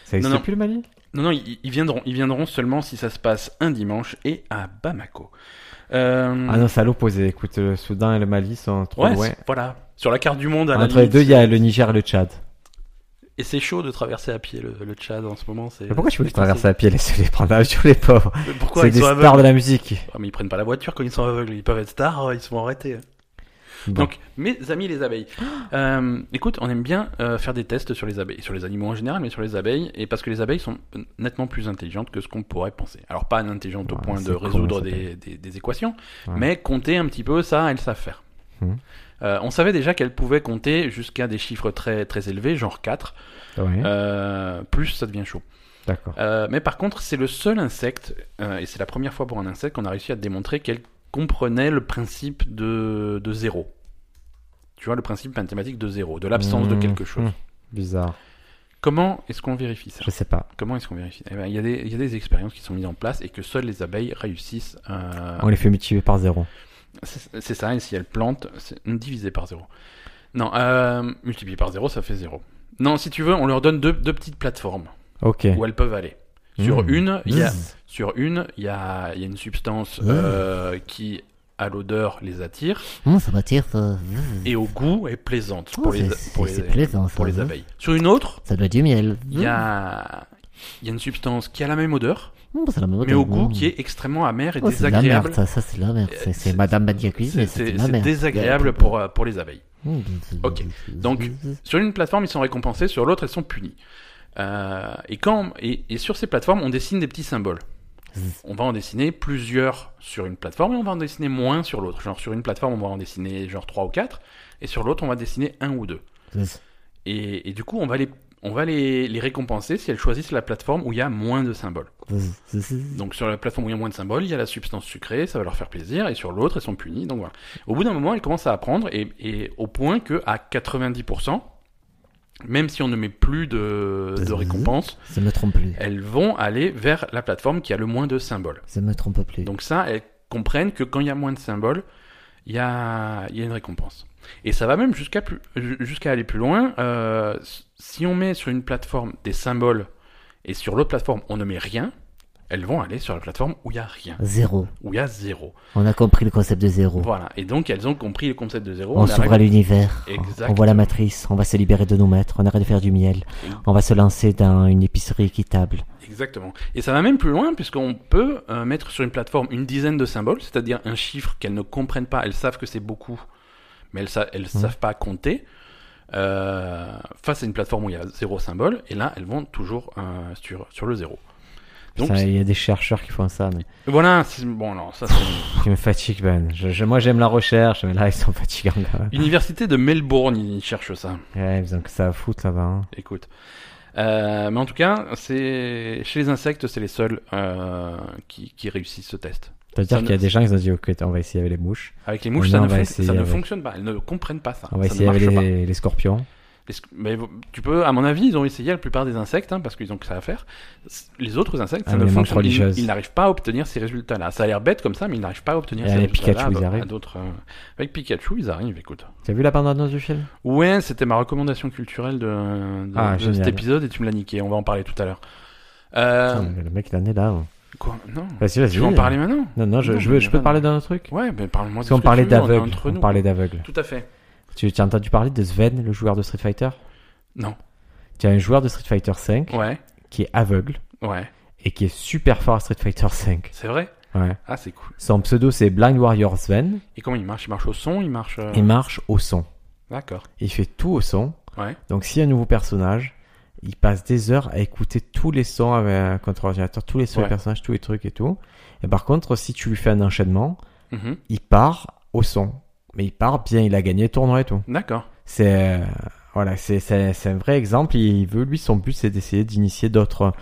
Speaker 2: Ça
Speaker 1: Non,
Speaker 2: existe
Speaker 1: Mm. non.
Speaker 2: plus le Mali
Speaker 1: Non, non, ils, ils viendront. Ils viendront seulement si ça se passe un dimanche et à Bamako. Euh,
Speaker 2: Ah non, c'est à l'opposé. Écoute, le Soudan euh, et le Mali sont trop
Speaker 1: ouais,
Speaker 2: loin.
Speaker 1: c'est- voilà. Sur la carte du monde, à la
Speaker 2: Entre les
Speaker 1: limite,
Speaker 2: deux, il y a le Niger et le Tchad.
Speaker 1: Et c'est chaud de traverser à pied le, le Tchad en ce moment. C'est.
Speaker 2: Mais pourquoi tu veux les
Speaker 1: c'est-
Speaker 2: traverser à pied Laissez-les prendre à sur les pauvres.
Speaker 1: Mais Pourquoi
Speaker 2: C'est
Speaker 1: ils
Speaker 2: des
Speaker 1: sont
Speaker 2: stars de
Speaker 1: aveugles
Speaker 2: la musique.
Speaker 1: Ah, Mais ils prennent pas la voiture quand ils sont aveugles. Ils peuvent être stars, euh, ils se font arrêter.
Speaker 2: Bon.
Speaker 1: Donc, mes amis les abeilles. Euh, écoute, on aime bien euh, faire des tests sur les abeilles, sur les animaux en général, mais sur les abeilles, et parce que les abeilles sont nettement plus intelligentes que ce qu'on pourrait penser. Alors, pas intelligentes au
Speaker 2: Ouais,
Speaker 1: point
Speaker 2: c'est
Speaker 1: de
Speaker 2: con,
Speaker 1: résoudre
Speaker 2: les
Speaker 1: des, des- des équations,
Speaker 2: Ouais.
Speaker 1: mais compter un petit peu, ça, elles savent faire.
Speaker 2: Mhm.
Speaker 1: Euh, on savait déjà qu'elles pouvaient compter jusqu'à des chiffres très, très élevés, genre 4.
Speaker 2: Ouais,
Speaker 1: Euh, plus, ça devient chaud.
Speaker 2: d'accord.
Speaker 1: Euh, mais par contre, c'est le seul insecte, euh, et c'est la première fois pour un insecte qu'on a réussi à démontrer qu'elle comprenait le principe de, de zéro. Tu vois, le principe mathématique de zéro, de l'absence de
Speaker 2: Mmh,
Speaker 1: quelque chose.
Speaker 2: mmh. Bizarre.
Speaker 1: Comment est-ce qu'on vérifie ça
Speaker 2: Je sais pas.
Speaker 1: Comment est-ce qu'on vérifie Eh ben, Il y, a des- il y a des expériences qui sont mises en place et que seules les abeilles réussissent. euh,
Speaker 2: On les fait multiplier par zéro.
Speaker 1: c'est c'est ça, et si elles plantent, c'est divisé par zéro. Non, euh, multiplié par zéro, ça fait zéro. Non, si tu veux, on leur donne deux, deux petites plateformes
Speaker 2: Ok.
Speaker 1: où elles peuvent aller. Sur
Speaker 2: Mmh.
Speaker 1: une, il y a,
Speaker 2: Bzzz.
Speaker 1: Sur une, il y a, il y a une substance
Speaker 3: Ah.
Speaker 2: Ouais.
Speaker 1: euh, qui, à l'odeur, les attire
Speaker 3: Hum, ça m'attire. Ça,
Speaker 1: et au goût est plaisante
Speaker 3: Oh,
Speaker 1: pour les,
Speaker 3: Hmm. c'est-
Speaker 1: pour les,
Speaker 3: c'est- c'est plaisant, ça,
Speaker 1: pour les
Speaker 3: hein. Hmm.
Speaker 1: abeilles. Sur une autre,
Speaker 3: ça doit être du miel.
Speaker 1: il y a, il y a une substance qui a la même odeur,
Speaker 3: Hum, ça doit me
Speaker 1: mais au
Speaker 3: donner-
Speaker 1: goût qui est extrêmement amer et
Speaker 3: Oh, c'est de la
Speaker 1: désagréable. Euh,
Speaker 3: merde, ça, ça c'est de la merde. C'est- C'est
Speaker 1: c'est-
Speaker 3: Madame Badia Cuisine,
Speaker 1: C'est
Speaker 3: mais c'est
Speaker 1: c'est-
Speaker 3: de la
Speaker 1: c'est
Speaker 3: merde.
Speaker 1: désagréable pour, euh, pour les abeilles.
Speaker 3: Hum,
Speaker 1: Ok, donc- Sur une plateforme, ils sont récompensés, sur l'autre, elles sont punies. Euh, et, quand, et, et sur ces plateformes, on dessine des petits symboles. On va en dessiner plusieurs sur une plateforme et on va en dessiner moins sur l'autre. Genre sur une plateforme, on va en
Speaker 3: hum,
Speaker 1: dessiner genre 3 ou 4, et sur l'autre, on va dessiner un ou deux.
Speaker 3: Zz.
Speaker 1: Et, et du coup, on va les, on va les, les récompenser si elles choisissent la plateforme où il y a moins de symboles.
Speaker 3: hum,
Speaker 1: Donc sur la plateforme où il y a moins de symboles, il y a la substance sucrée, ça va leur faire plaisir, et sur l'autre, elles sont punies. Donc voilà. Au bout d'un moment, elles commencent à apprendre, et, et au point que à 90%, même si on ne met plus de, de récompenses,
Speaker 3: Je me trompe plus.
Speaker 1: elles vont aller vers la plateforme qui a le moins de symboles.
Speaker 3: Je me trompe plus.
Speaker 1: Donc ça, elles comprennent que quand il y a moins de symboles, il y a, il y a une récompense. Et ça va même jusqu'à plus- ju- jusqu'à aller plus loin. Euh, si on met sur une plateforme des symboles et sur l'autre plateforme on ne met rien, elles vont aller sur la plateforme où il y a rien,
Speaker 3: Zéro.
Speaker 1: où il y a zéro.
Speaker 3: On a compris le concept de zéro.
Speaker 1: Voilà. Et donc elles ont compris le concept de zéro.
Speaker 3: Oh. On
Speaker 1: la
Speaker 3: s'ouvre à
Speaker 1: règle-
Speaker 3: l'univers. On- On
Speaker 1: Exactement.
Speaker 3: voit la matrice. On va se libérer de nos maîtres. On arrête de faire du miel. On va se lancer dans une épicerie équitable.
Speaker 1: Exactement. Et ça va même plus loin, puisqu'on peut euh, mettre sur une plateforme une dizaine de symboles, c'est-à-dire un chiffre qu'elles ne comprennent pas. Elles savent que c'est beaucoup, mais elles sa-
Speaker 2: Mmh.
Speaker 1: elles savent pas compter. Euh, face à une plateforme où il y a zéro symbole, et là, elles vont toujours euh, sur, sur le zéro. Donc,
Speaker 2: Ça,
Speaker 1: c'est-
Speaker 2: il y a des chercheurs qui font ça, mais
Speaker 1: voilà, c'est- bon, non, ça c'est.
Speaker 2: qui me fatiguent, Ben. Je- je- moi, j'aime la recherche, mais là, ils sont fatigants quand même.
Speaker 1: Université de Melbourne, ils cherchent ça.
Speaker 2: Ouais, ils ont que ça à foutre là-bas. hein.
Speaker 1: Écoute. Euh, mais en tout cas, c'est chez les insectes, c'est les seuls euh, qui, qui réussissent ce test.
Speaker 2: C'est-à-dire
Speaker 1: Ça
Speaker 2: qu'il y a
Speaker 1: ne-
Speaker 2: des gens, ils ont dit, ok, attends, on va essayer avec les mouches,
Speaker 1: Avec les mouches,
Speaker 2: Non,
Speaker 1: ça,
Speaker 2: on
Speaker 1: ne,
Speaker 2: va
Speaker 1: fonc-
Speaker 2: essayer
Speaker 1: ça ne
Speaker 2: avec-
Speaker 1: fonctionne pas. Elles ne comprennent pas ça.
Speaker 2: on va
Speaker 1: ça
Speaker 2: essayer
Speaker 1: ne marche
Speaker 2: avec
Speaker 1: pas.
Speaker 2: les, les scorpions.
Speaker 1: Est-ce que- mais vous- tu peux, à mon avis, ils ont essayé la plupart des insectes hein, parce qu'ils ont que ça à faire. C- Les autres insectes, ça
Speaker 2: Ah,
Speaker 1: ne
Speaker 2: les menthes
Speaker 1: fonctionne pas. Ils,
Speaker 2: religieuses.
Speaker 1: ils n'arrivent pas à obtenir ces résultats-là. Ça a l'air bête comme ça, mais ils n'arrivent pas à obtenir
Speaker 2: Et
Speaker 1: ces
Speaker 2: avec
Speaker 1: résultats-là.
Speaker 2: Pikachu, ils
Speaker 1: à-
Speaker 2: arrivent.
Speaker 1: à d'autres, euh, Avec Pikachu, ils arrivent. Écoute.
Speaker 2: T'as vu la bande-annonce du film
Speaker 1: Ouais, c'était ma recommandation culturelle de, de-
Speaker 2: Ah,
Speaker 1: de
Speaker 2: génial.
Speaker 1: cet épisode et tu me l'as niqué. On va en parler tout à l'heure. Euh,
Speaker 2: Putain, mais Le mec, il en est là. hein.
Speaker 1: quoi Non.
Speaker 2: Vas-y, vas-y.
Speaker 1: Tu veux en parler maintenant
Speaker 2: Non, non, je,
Speaker 1: Non,
Speaker 2: je veux,
Speaker 1: mais
Speaker 2: je peux
Speaker 1: non.
Speaker 2: parler d'un autre truc
Speaker 1: Ouais, mais parle-moi de
Speaker 2: Parce qu'on
Speaker 1: ce que
Speaker 2: parlait
Speaker 1: tu veux, on est
Speaker 2: d'aveugle.
Speaker 1: entre
Speaker 2: On
Speaker 1: nous. hein.
Speaker 2: parlait d'aveugle.
Speaker 1: Tout à fait.
Speaker 2: Tu as entendu parler de Sven, le joueur de Street Fighter
Speaker 1: Non.
Speaker 2: Tu as un joueur de Street Fighter 5
Speaker 1: Ouais,
Speaker 2: qui est aveugle
Speaker 1: ouais.
Speaker 2: et qui est super fort à Street Fighter 5.
Speaker 1: C'est vrai
Speaker 2: Ouais.
Speaker 1: Ah, c'est cool.
Speaker 2: Son pseudo, c'est Blind Warrior Sven.
Speaker 1: Et comment il marche Il marche au son, il marche. euh,
Speaker 2: Il marche au son.
Speaker 1: D'accord.
Speaker 2: Il fait tout au son.
Speaker 1: Ouais.
Speaker 2: Donc, s'il y a un nouveau personnage, il passe des heures à écouter tous les sons avec, contre l'ordinateur, tous les sons
Speaker 1: Ouais.
Speaker 2: des personnages, tous les trucs et tout. Et par contre, si tu lui fais un enchaînement,
Speaker 1: Mhm.
Speaker 2: il part au son. Mais il part bien, il a gagné le tournoi et tout.
Speaker 1: D'accord.
Speaker 2: C'est euh, voilà, c'est c'est- c'est un vrai exemple. Il veut lui son but, c'est d'essayer d'initier d'autres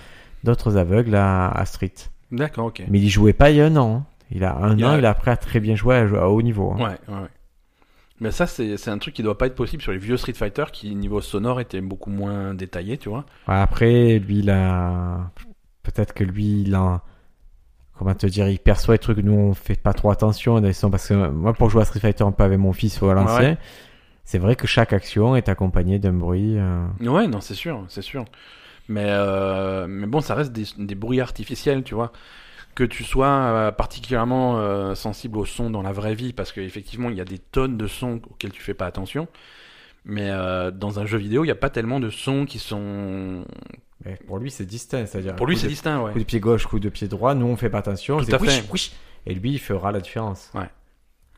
Speaker 2: d'autres aveugles à, à Street.
Speaker 1: D'accord, ok.
Speaker 2: Mais il jouait pas il y a un an. hein. Il a un
Speaker 1: Il y
Speaker 2: an,
Speaker 1: a-
Speaker 2: il a appris à très bien jouer à, jouer à haut niveau. hein.
Speaker 1: Ouais, ouais, ouais. Mais ça, c'est c'est un truc qui doit pas être possible sur les vieux Street Fighter qui, niveau sonore, étaient beaucoup moins détaillés, tu vois.
Speaker 2: Ouais, Bah, Après, lui, il a peut-être que lui, il a comment te dire, il perçoit les trucs. Nous, on fait pas trop attention à des sons parce que euh, moi, pour jouer à Street Fighter, un peu avec mon fils ou à l'ancien,
Speaker 1: Ouais.
Speaker 2: c'est vrai que chaque action est accompagnée d'un bruit. euh,
Speaker 1: Ouais, non, c'est sûr, c'est sûr. Mais, euh, mais bon, ça reste des, des bruits artificiels, tu vois. Que tu sois euh, particulièrement euh, sensible au son dans la vraie vie, parce qu'effectivement, il y a des tonnes de sons auxquels tu fais pas attention. Mais euh, dans un jeu vidéo, il n'y a pas tellement de sons qui sont.
Speaker 2: Mais pour lui, c'est distinct. C'est-à-dire
Speaker 1: Pour lui,
Speaker 2: coup
Speaker 1: c'est
Speaker 2: de-
Speaker 1: distinct, ouais.
Speaker 2: Coup de pied gauche, coup de pied droit. Nous, on fait pas attention.
Speaker 1: Tout
Speaker 2: on
Speaker 1: à
Speaker 2: fait
Speaker 1: fait.
Speaker 2: ouish, ouish. Et lui, il fera la différence.
Speaker 1: Ouais.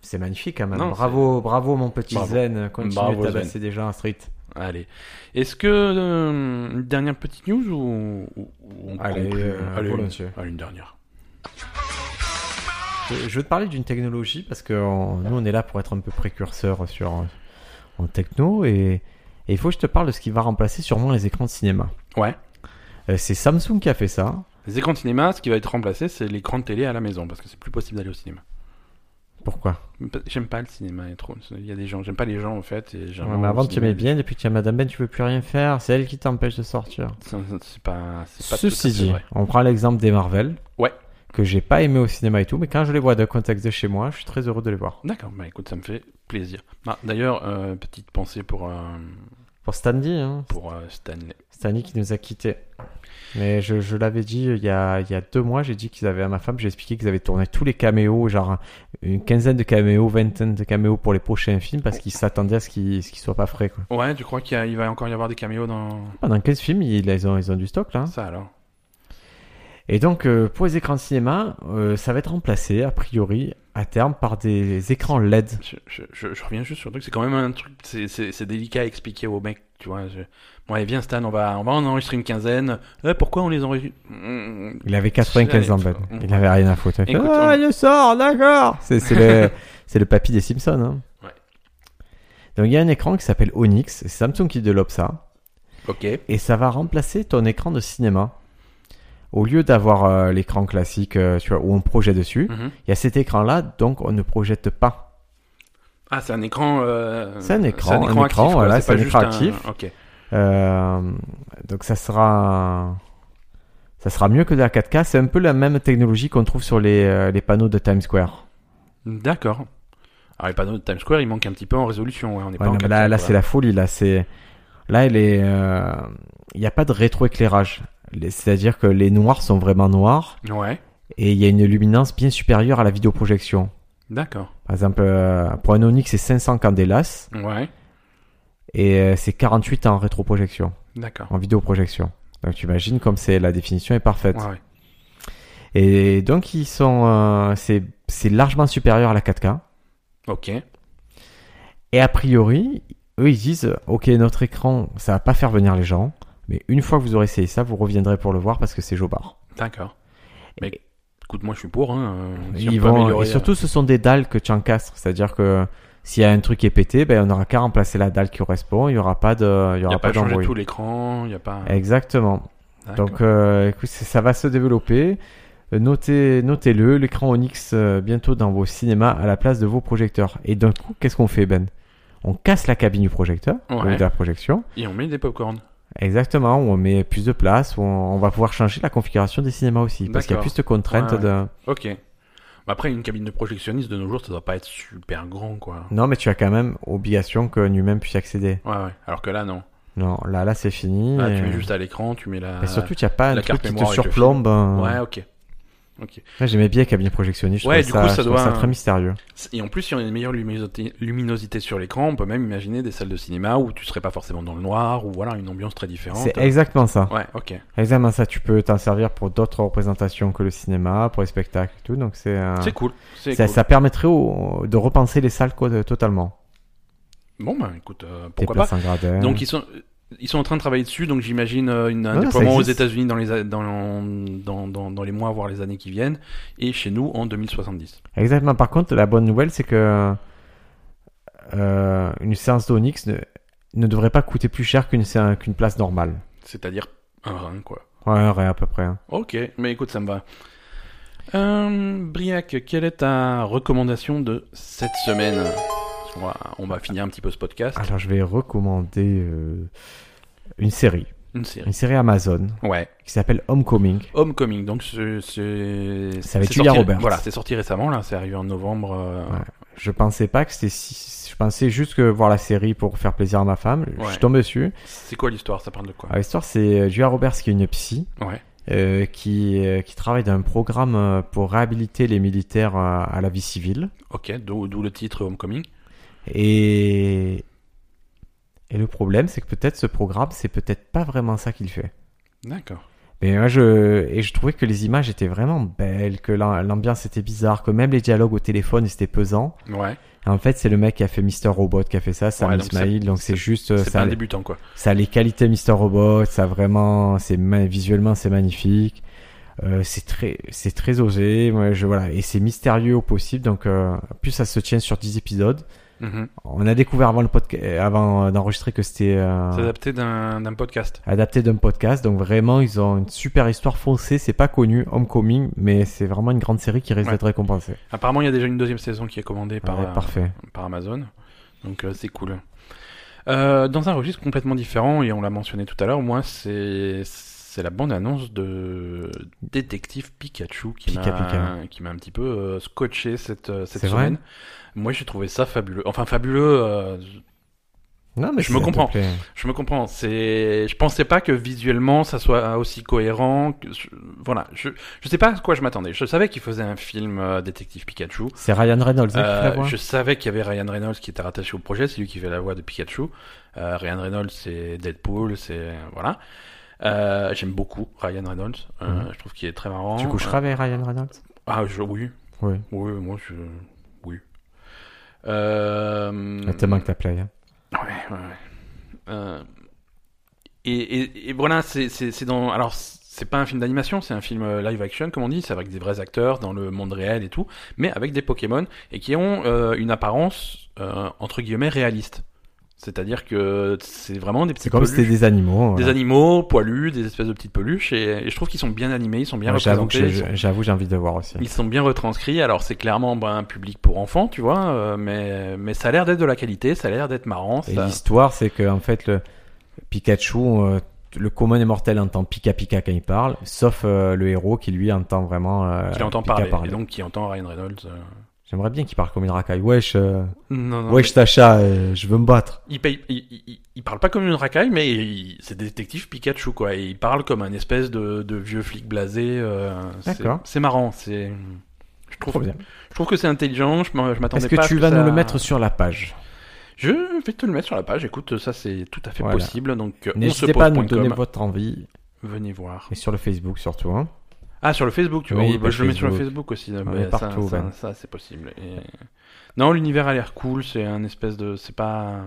Speaker 2: C'est magnifique quand même.
Speaker 1: Non,
Speaker 2: bravo, bravo, mon petit
Speaker 1: Bravo.
Speaker 2: Zen. Continue
Speaker 1: Bravo,
Speaker 2: à tabasser des gens à Street.
Speaker 1: Allez. Est-ce que. euh, une dernière petite news ou, ou- ou on
Speaker 2: Allez,
Speaker 1: conclut
Speaker 2: euh,
Speaker 1: Allez,
Speaker 2: volontiers.
Speaker 1: une, allez, une dernière.
Speaker 2: Je, je veux te parler d'une technologie parce que on- nous, on est là pour être un peu précurseur sur, euh, en techno. Et et il faut que je te parle de ce qui va remplacer sûrement les écrans de cinéma.
Speaker 1: Ouais.
Speaker 2: Euh, c'est Samsung qui a fait ça.
Speaker 1: Les écrans de cinéma, ce qui va être remplacé, c'est l'écran de télé à la maison, parce que c'est plus possible d'aller au cinéma.
Speaker 2: Pourquoi
Speaker 1: J'aime pas le cinéma, il y a trop- il y a des gens, j'aime pas les gens en fait. Et
Speaker 2: Ouais, mais Avant, tu aimais bien. Depuis que tu as Madame Ben, tu veux plus rien faire. C'est elle qui t'empêche de sortir.
Speaker 1: C'est c'est pas, c'est pas tout à fait
Speaker 2: Ceci dit,
Speaker 1: vrai.
Speaker 2: on prend l'exemple des Marvel.
Speaker 1: Ouais.
Speaker 2: Que j'ai pas aimé au cinéma et tout, mais quand je les vois de contexte de chez moi, je suis très heureux de les voir.
Speaker 1: D'accord, bah écoute, ça me fait plaisir. Ah, D'ailleurs, euh, petite pensée pour, euh,
Speaker 2: Pour Stanley, hein.
Speaker 1: pour euh, Stanley.
Speaker 2: Stanley qui nous a quittés. Mais je, je l'avais dit euh, il y, a, il y a deux mois, j'ai dit qu'ils avaient à ma femme, j'ai expliqué qu'ils avaient tourné tous les caméos, genre une quinzaine de caméos, vingtaine de caméos pour les prochains films parce qu'ils s'attendaient à ce qu'ils ce qu'ils soient pas frais. Quoi.
Speaker 1: Ouais, tu crois qu'il y a- il va encore y avoir des caméos dans
Speaker 2: Pendant 15 films, ils, ils ont, ils ont du stock là.
Speaker 1: ça alors
Speaker 2: Et donc, euh, pour les écrans de cinéma, euh, ça va être remplacé, a priori, à terme, par des écrans E LED.
Speaker 1: Je, je- je- je reviens juste sur le truc, c'est quand même un truc, c'est- c'est c'est délicat à expliquer au mec, tu vois. je- Bon, allez, viens Stan, on va, on va en enregistrer une quinzaine. Euh, pourquoi on les enregistre Mm,
Speaker 2: Il avait 95 ans, Ben.
Speaker 1: Allez, faut-
Speaker 2: Il avait rien à foutre. Il fait,
Speaker 1: Écoute,
Speaker 2: ah,
Speaker 1: on-
Speaker 2: je sors, d'accord C'est c'est le, c'est le papy des Simpsons. hein.
Speaker 1: Ouais.
Speaker 2: Donc, il y a un écran qui s'appelle Onyx. C'est Samsung qui développe ça.
Speaker 1: Ok.
Speaker 2: et ça va remplacer ton écran de cinéma. Au lieu d'avoir euh, l'écran classique euh, tu vois, où on projette dessus,
Speaker 1: Mhm.
Speaker 2: il y a cet écran-là, donc on ne projette pas.
Speaker 1: Ah, c'est un écran. euh,
Speaker 2: C'est un écran, un écran,
Speaker 1: actif, quoi,
Speaker 2: voilà, c'est
Speaker 1: pas
Speaker 2: un
Speaker 1: juste
Speaker 2: écran actif.
Speaker 1: Ok.
Speaker 2: Euh, donc ça sera, ça sera mieux que de la 4K. C'est un peu la même technologie qu'on trouve sur les, euh, les panneaux de Times Square.
Speaker 1: D'accord. Alors, les panneaux de Times Square, ils manquent un petit peu en résolution. ouais, on n'est
Speaker 2: Ouais,
Speaker 1: pas en
Speaker 2: non, mais
Speaker 1: 4K,
Speaker 2: là, là
Speaker 1: quoi.
Speaker 2: c'est la folie. Là, c'est, là, elle est, euh, il n'y a pas de rétroéclairage. Les- C'est-à-dire que les noirs sont vraiment noirs
Speaker 1: Ouais,
Speaker 2: et il y a une luminance bien supérieure à la vidéoprojection.
Speaker 1: d'accord.
Speaker 2: Par exemple, euh, pour un Onyx, c'est 500 candelas
Speaker 1: Ouais,
Speaker 2: et euh, c'est 48 en rétroprojection,
Speaker 1: d'accord.
Speaker 2: en vidéoprojection. Donc tu imagines comme c'est la définition est parfaite.
Speaker 1: Ouais, ouais.
Speaker 2: Et donc ils sont, euh, c'est c'est largement supérieur à la 4K.
Speaker 1: Ok.
Speaker 2: Et a priori, eux ils disent, ok notre écran, ça va pas faire venir les gens, mais une fois que vous aurez essayé ça, vous reviendrez pour le voir parce que c'est jobard.
Speaker 1: D'accord. Mais écoute, moi je suis pour. Hein, euh, si on
Speaker 2: Ils
Speaker 1: peut
Speaker 2: vont,
Speaker 1: améliorer,
Speaker 2: et surtout, ce sont des dalles que tu encastres. C'est-à-dire que s'il y a un truc qui est pété, ben, on n'aura qu'à remplacer la dalle qui correspond. Il n'y aura pas de, il y
Speaker 1: Il n'y
Speaker 2: aura
Speaker 1: a pas,
Speaker 2: pas
Speaker 1: à changer
Speaker 2: d'embrouille.
Speaker 1: tout l'écran, il n'y a pas.
Speaker 2: Exactement.
Speaker 1: D'accord.
Speaker 2: Donc, euh, écoute, ça ça va se développer. Euh, Notez, notez-le. L'écran Onyx euh, bientôt dans vos cinémas à la place de vos projecteurs. Et d'un coup, qu'est-ce qu'on fait, Ben On casse la cabine du projecteur
Speaker 1: Ouais.
Speaker 2: ou de la projection.
Speaker 1: Et on met des popcorn.
Speaker 2: Exactement. Où on met plus de place. Où on, on va pouvoir changer la configuration des cinémas aussi parce qu'il y a
Speaker 1: D'accord.
Speaker 2: plus de contraintes.
Speaker 1: Ouais, ouais.
Speaker 2: de...
Speaker 1: Ok. Bah Après, une cabine de projectionniste de nos jours, ça doit pas être super grand, quoi.
Speaker 2: Non, mais tu as quand même obligation qu'un humain puisse y accéder.
Speaker 1: Ouais, ouais. Alors que là, non.
Speaker 2: Non, là, là, c'est fini.
Speaker 1: Là,
Speaker 2: Et-
Speaker 1: Ah, tu mets juste à l'écran, tu mets la.
Speaker 2: Mais surtout, tu n'as pas un
Speaker 1: la
Speaker 2: truc
Speaker 1: carte
Speaker 2: qui te
Speaker 1: mémoire avec le
Speaker 2: surplombe.
Speaker 1: Ouais,
Speaker 2: hein.
Speaker 1: ok. Ok.
Speaker 2: Moi, J'aimais bien Cabine Projectionniste. je
Speaker 1: Ouais,
Speaker 2: trouvais
Speaker 1: du
Speaker 2: ça,
Speaker 1: coup,
Speaker 2: je
Speaker 1: ça
Speaker 2: trouvais
Speaker 1: doit-
Speaker 2: très mystérieux.
Speaker 1: Et en plus, si on a une meilleure luminosité, luminosité sur l'écran, on peut même imaginer des salles de cinéma où tu serais pas forcément dans le noir, ou voilà, une ambiance très différente.
Speaker 2: C'est exactement ça.
Speaker 1: Ouais, ok.
Speaker 2: Exactement ça. Tu peux t'en servir pour d'autres représentations que le cinéma, pour les spectacles et tout. Donc, c'est. euh,
Speaker 1: C'est cool. C'est
Speaker 2: Ça,
Speaker 1: cool.
Speaker 2: ça permettrait au- de repenser les salles quoi, de- totalement.
Speaker 1: Bon, bah écoute, euh,
Speaker 2: Des
Speaker 1: pourquoi pas.
Speaker 2: places en gradin.
Speaker 1: Donc ils sont ils sont en train de travailler dessus, donc j'imagine euh, une- un
Speaker 2: Ouais, Ah, ça
Speaker 1: déploiement aux
Speaker 2: existe.
Speaker 1: États-Unis dans les a- dans, dans, dans, dans les mois voire les années qui viennent, et chez nous en 2070.
Speaker 2: Exactement. Par contre, la bonne nouvelle, c'est que euh, une séance d'Onyx ne, ne devrait pas coûter plus cher qu'une sé- qu'une place normale.
Speaker 1: C'est-à-dire un rein quoi.
Speaker 2: Ouais, un rein à peu près. hein.
Speaker 1: Ok, mais écoute, ça me va. Euh, Briac, quelle est ta recommandation de cette semaine Parce qu'on va- On va finir un petit peu ce podcast.
Speaker 2: Alors, je vais recommander euh, une série,
Speaker 1: Une série.
Speaker 2: une série Amazon
Speaker 1: Ouais.
Speaker 2: qui s'appelle Homecoming.
Speaker 1: Homecoming, donc c'est. c'est-
Speaker 2: Ça va être
Speaker 1: c'est
Speaker 2: Julia
Speaker 1: sorti-
Speaker 2: Roberts.
Speaker 1: Voilà, c'est sorti récemment, là, c'est arrivé en novembre. euh,
Speaker 2: Ouais. Je pensais pas que c'était si. Je pensais juste que voir la série pour faire plaisir à ma femme. Je
Speaker 1: Ouais.
Speaker 2: suis tombé dessus.
Speaker 1: C'est quoi l'histoire Ça parle de quoi
Speaker 2: Alors, L'histoire, c'est euh, Julia Roberts qui est une psy
Speaker 1: Ouais.
Speaker 2: euh, qui, euh, qui travaille dans un programme euh, pour réhabiliter les militaires euh, à la vie civile.
Speaker 1: Ok, d'où d'où le titre Homecoming.
Speaker 2: Et. Et le problème, c'est que peut-être ce programme, c'est peut-être pas vraiment ça qu'il fait.
Speaker 1: D'accord.
Speaker 2: Mais moi, je, et je trouvais que les images étaient vraiment belles, que l'am- l'ambiance était bizarre, que même les dialogues au téléphone, c'était pesant.
Speaker 1: Ouais,
Speaker 2: Et en fait, c'est le mec qui a fait Mister Robot qui a fait ça, Sam
Speaker 1: Ouais, donc
Speaker 2: Ismail, donc c'est juste, euh,
Speaker 1: c'est pas
Speaker 2: ça,
Speaker 1: un
Speaker 2: a-
Speaker 1: débutant quoi.
Speaker 2: ça a les qualités Mister Robot, ça a vraiment, c'est ma- visuellement, c'est magnifique. Euh, c'est très, c'est très osé, moi, je, voilà, et c'est mystérieux au possible, donc, euh, en plus ça se tient sur 10 épisodes.
Speaker 1: Mhm.
Speaker 2: On a découvert avant le podcast, avant euh, d'enregistrer que c'était, euh,
Speaker 1: C'est adapté d'un d'un podcast.
Speaker 2: adapté d'un podcast. Donc vraiment, ils ont une super histoire foncée. C'est pas connu, Homecoming, mais c'est vraiment une grande série qui risque
Speaker 1: Ouais.
Speaker 2: d'être récompensée.
Speaker 1: Apparemment, il y a déjà une deuxième saison qui est commandée par,
Speaker 2: Ouais,
Speaker 1: euh,
Speaker 2: parfait.
Speaker 1: par Amazon. Donc euh, c'est cool. Euh, dans un registre complètement différent, et on l'a mentionné tout à l'heure, moi, c'est c'est la bande-annonce de Détective Pikachu qui m'a
Speaker 2: Pika Pika.
Speaker 1: qui m'a un petit peu euh, scotché cette, euh, cette
Speaker 2: C'est vrai
Speaker 1: semaine. Moi, j'ai trouvé ça fabuleux. Enfin, fabuleux, euh,
Speaker 2: Non, mais
Speaker 1: Je me
Speaker 2: ça te
Speaker 1: comprends.
Speaker 2: plaît.
Speaker 1: Je me comprends. C'est, je pensais pas que visuellement ça soit aussi cohérent. que- je- Voilà. Je, je sais pas à quoi je m'attendais. Je savais qu'il faisait un film euh, détective Pikachu.
Speaker 2: C'est Ryan Reynolds hein, qui fait la
Speaker 1: Euh,
Speaker 2: voix.
Speaker 1: je savais qu'il y avait Ryan Reynolds qui était rattaché au projet. C'est lui qui fait la voix de Pikachu. Euh, Ryan Reynolds, c'est Deadpool, c'est voilà. Euh, J'aime beaucoup Ryan Reynolds. Euh,
Speaker 2: Mhm.
Speaker 1: Je trouve qu'il est très marrant.
Speaker 2: Tu coucheras avec Ryan Reynolds
Speaker 1: Ah, je, oui,
Speaker 2: Oui.
Speaker 1: oui, moi je, oui. Euh...
Speaker 2: Ah, Tellement que t'as play. hein.
Speaker 1: Ouais, ouais, ouais. Euh, et, et, et voilà, c'est c'est- c'est dans. Alors, c'est pas un film d'animation, c'est un film euh, live action, comme on dit, c'est avec des vrais acteurs dans le monde réel et tout, mais avec des Pokémon et qui ont euh, une apparence, euh, entre guillemets, réaliste. C'est-à-dire que c'est vraiment des petits
Speaker 2: C'est comme si c'était des animaux.
Speaker 1: des
Speaker 2: voilà.
Speaker 1: animaux poilus, des espèces de petites peluches, et, et je trouve qu'ils sont bien animés, ils sont bien
Speaker 2: Ouais, J'avoue que
Speaker 1: représentés, ils sont,
Speaker 2: j'ai- j'avoue, j'ai envie de voir aussi.
Speaker 1: ils sont bien retranscrits. Alors c'est clairement ben, un public pour enfants, tu vois, euh, mais mais ça a l'air d'être de la qualité, ça a l'air d'être marrant.
Speaker 2: Et
Speaker 1: ça-
Speaker 2: l'histoire, c'est que en fait, le Pikachu, euh, le commun des mortels entend Pika Pika quand il parle, sauf euh, le héros qui lui entend vraiment. euh,
Speaker 1: Qui l'entend
Speaker 2: Pika
Speaker 1: parler, et donc qui entend Ryan Reynolds. euh,
Speaker 2: J'aimerais bien qu'il parle comme une racaille. Wesh, euh,
Speaker 1: Non, non,
Speaker 2: wesh Tacha, euh, je veux me battre.
Speaker 1: il, paye- il, il- il parle pas comme une racaille, mais il- c'est détective Pikachu, quoi. Et il parle comme un espèce de, de vieux flic blasé. euh, c'est-
Speaker 2: D'accord.
Speaker 1: C'est marrant, c'est. Je
Speaker 2: Trop
Speaker 1: trouve,
Speaker 2: bien.
Speaker 1: je trouve que c'est intelligent, je m'en- je m'attendais
Speaker 2: Est-ce
Speaker 1: pas
Speaker 2: que
Speaker 1: à ce
Speaker 2: tu vas
Speaker 1: ça-
Speaker 2: nous le mettre sur la page
Speaker 1: Je vais te le mettre sur la page, écoute, ça c'est tout à fait
Speaker 2: Voilà.
Speaker 1: possible, donc euh, on se
Speaker 2: N'hésitez pas à nous
Speaker 1: pose.com,
Speaker 2: donner votre envie
Speaker 1: venez voir.
Speaker 2: et sur le Facebook surtout. hein.
Speaker 1: Ah, sur le Facebook, tu vois,
Speaker 2: Oui,
Speaker 1: oui, bah,
Speaker 2: page
Speaker 1: je le mets sur le
Speaker 2: Facebook.
Speaker 1: Facebook aussi,
Speaker 2: On
Speaker 1: bah,
Speaker 2: est
Speaker 1: ça-
Speaker 2: partout,
Speaker 1: ça,
Speaker 2: Ben.
Speaker 1: ça, c'est possible. Et- Non, l'univers a l'air cool, c'est un espèce de... c'est pas...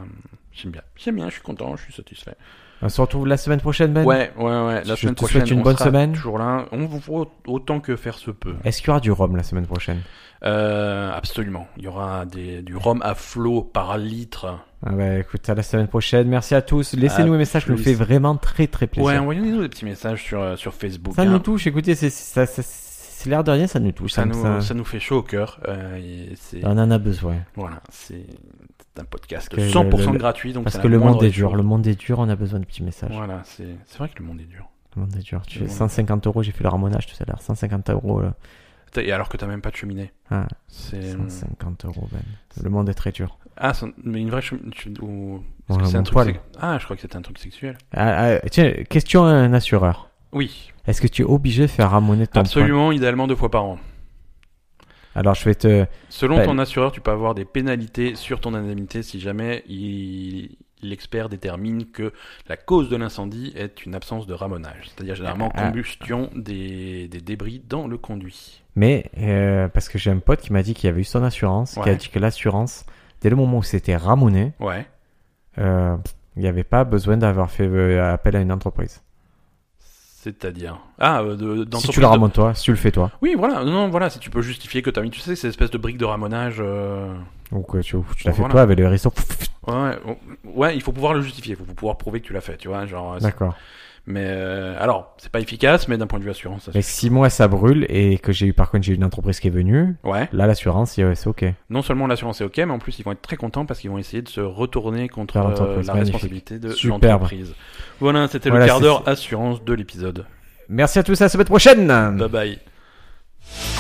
Speaker 1: J'aime bien, j'aime bien, je suis content, je suis satisfait.
Speaker 2: On se retrouve Euh, la semaine prochaine, Ben.
Speaker 1: Ouais, ouais, ouais. La
Speaker 2: Je
Speaker 1: semaine
Speaker 2: te
Speaker 1: prochaine,
Speaker 2: souhaite une
Speaker 1: on
Speaker 2: bonne
Speaker 1: sera
Speaker 2: semaine.
Speaker 1: Toujours là. On vous fera autant que faire se peut.
Speaker 2: Est-ce qu'il y aura du rhum la semaine prochaine
Speaker 1: Euh, absolument. Il y aura des, du rhum à flot par litre.
Speaker 2: ah bah, Écoute, à la semaine prochaine. Merci à tous. Laissez-nous
Speaker 1: À
Speaker 2: un message, ça nous
Speaker 1: plus.
Speaker 2: fait vraiment très très plaisir.
Speaker 1: Ouais, envoyez-nous des petits messages sur, euh, sur Facebook.
Speaker 2: ça
Speaker 1: hein.
Speaker 2: nous touche. Écoutez, c'est ça, ça- c'est l'air de rien, ça nous touche.
Speaker 1: ça,
Speaker 2: ça-
Speaker 1: nous,
Speaker 2: ça-
Speaker 1: ça nous fait chaud au cœur. Euh, et c'est,
Speaker 2: On en a besoin.
Speaker 1: Voilà, c'est c'est un podcast
Speaker 2: Parce que
Speaker 1: 100%
Speaker 2: le- le-
Speaker 1: gratuit. Donc
Speaker 2: Parce
Speaker 1: c'est
Speaker 2: que
Speaker 1: la
Speaker 2: le monde
Speaker 1: moindre
Speaker 2: est
Speaker 1: des
Speaker 2: dur.
Speaker 1: choses.
Speaker 2: Le monde est dur. On a besoin de petits messages.
Speaker 1: Voilà, c'est c'est vrai que le monde est dur.
Speaker 2: Le monde est dur. Tu
Speaker 1: Le
Speaker 2: fais
Speaker 1: monde.
Speaker 2: 150 euros. J'ai fait le ramonage tout à l'heure. 150 euros. euh, Là.
Speaker 1: T'as- Et alors que t'as même pas de cheminée.
Speaker 2: Ah,
Speaker 1: C'est...
Speaker 2: 150 euros, Ben. Le monde est très dur.
Speaker 1: Ah, c'est- mais une vraie cheminée. tu- ou-
Speaker 2: Ouais,
Speaker 1: Parce que c'est
Speaker 2: mon
Speaker 1: un truc
Speaker 2: poil.
Speaker 1: sex- Ah, je crois que c'était un truc sexuel.
Speaker 2: Ah, ah, tiens, question à un assureur.
Speaker 1: Oui,
Speaker 2: Est-ce que tu es obligé de faire ramoner ton point
Speaker 1: absolument, idéalement deux fois par an.
Speaker 2: Alors, je vais te.
Speaker 1: Selon
Speaker 2: Ben.
Speaker 1: ton assureur, tu peux avoir des pénalités sur ton indemnité si jamais il- l'expert détermine que la cause de l'incendie est une absence de ramonage, c'est-à-dire généralement
Speaker 2: Ah.
Speaker 1: combustion des, des débris dans le conduit.
Speaker 2: Mais, euh, parce que j'ai un pote qui m'a dit qu'il avait eu son assurance, qui a
Speaker 1: Ouais.
Speaker 2: dit que l'assurance, dès le moment où c'était ramoné,
Speaker 1: Ouais,
Speaker 2: euh, il n'y avait pas besoin d'avoir fait euh, appel à une entreprise.
Speaker 1: c'est-à-dire ah euh, de,
Speaker 2: Si
Speaker 1: d'entreprise
Speaker 2: tu le
Speaker 1: de-
Speaker 2: ramones toi, si tu le fais toi,
Speaker 1: Oui, voilà, non, voilà, si tu peux justifier que t'as mis, tu sais, ces espèces de briques de ramonage. euh,
Speaker 2: ou que tu, ou tu l'as
Speaker 1: Bon,
Speaker 2: fait
Speaker 1: voilà.
Speaker 2: toi avec le réseau
Speaker 1: Ouais, oh, ouais, il faut pouvoir le justifier, il faut pouvoir prouver que tu l'as fait, tu vois, genre. c'est-
Speaker 2: D'accord.
Speaker 1: Mais euh, alors, c'est pas efficace, mais d'un point de vue assurance, ça
Speaker 2: Mais si moi ça brûle et que j'ai eu, par contre, j'ai eu une entreprise qui est venue,
Speaker 1: Ouais.
Speaker 2: là, l'assurance, il- c'est OK.
Speaker 1: Non seulement l'assurance est OK, mais en plus ils vont être très contents parce qu'ils vont essayer de se retourner contre
Speaker 2: Par
Speaker 1: euh,
Speaker 2: l'entreprise,
Speaker 1: la
Speaker 2: magnifique.
Speaker 1: responsabilité de
Speaker 2: Superbe.
Speaker 1: l'entreprise. Voilà, c'était
Speaker 2: Voilà,
Speaker 1: le quart
Speaker 2: c'est-
Speaker 1: d'heure assurance de l'épisode.
Speaker 2: Mmh. Merci à tous, à la semaine prochaine!
Speaker 1: Bye bye.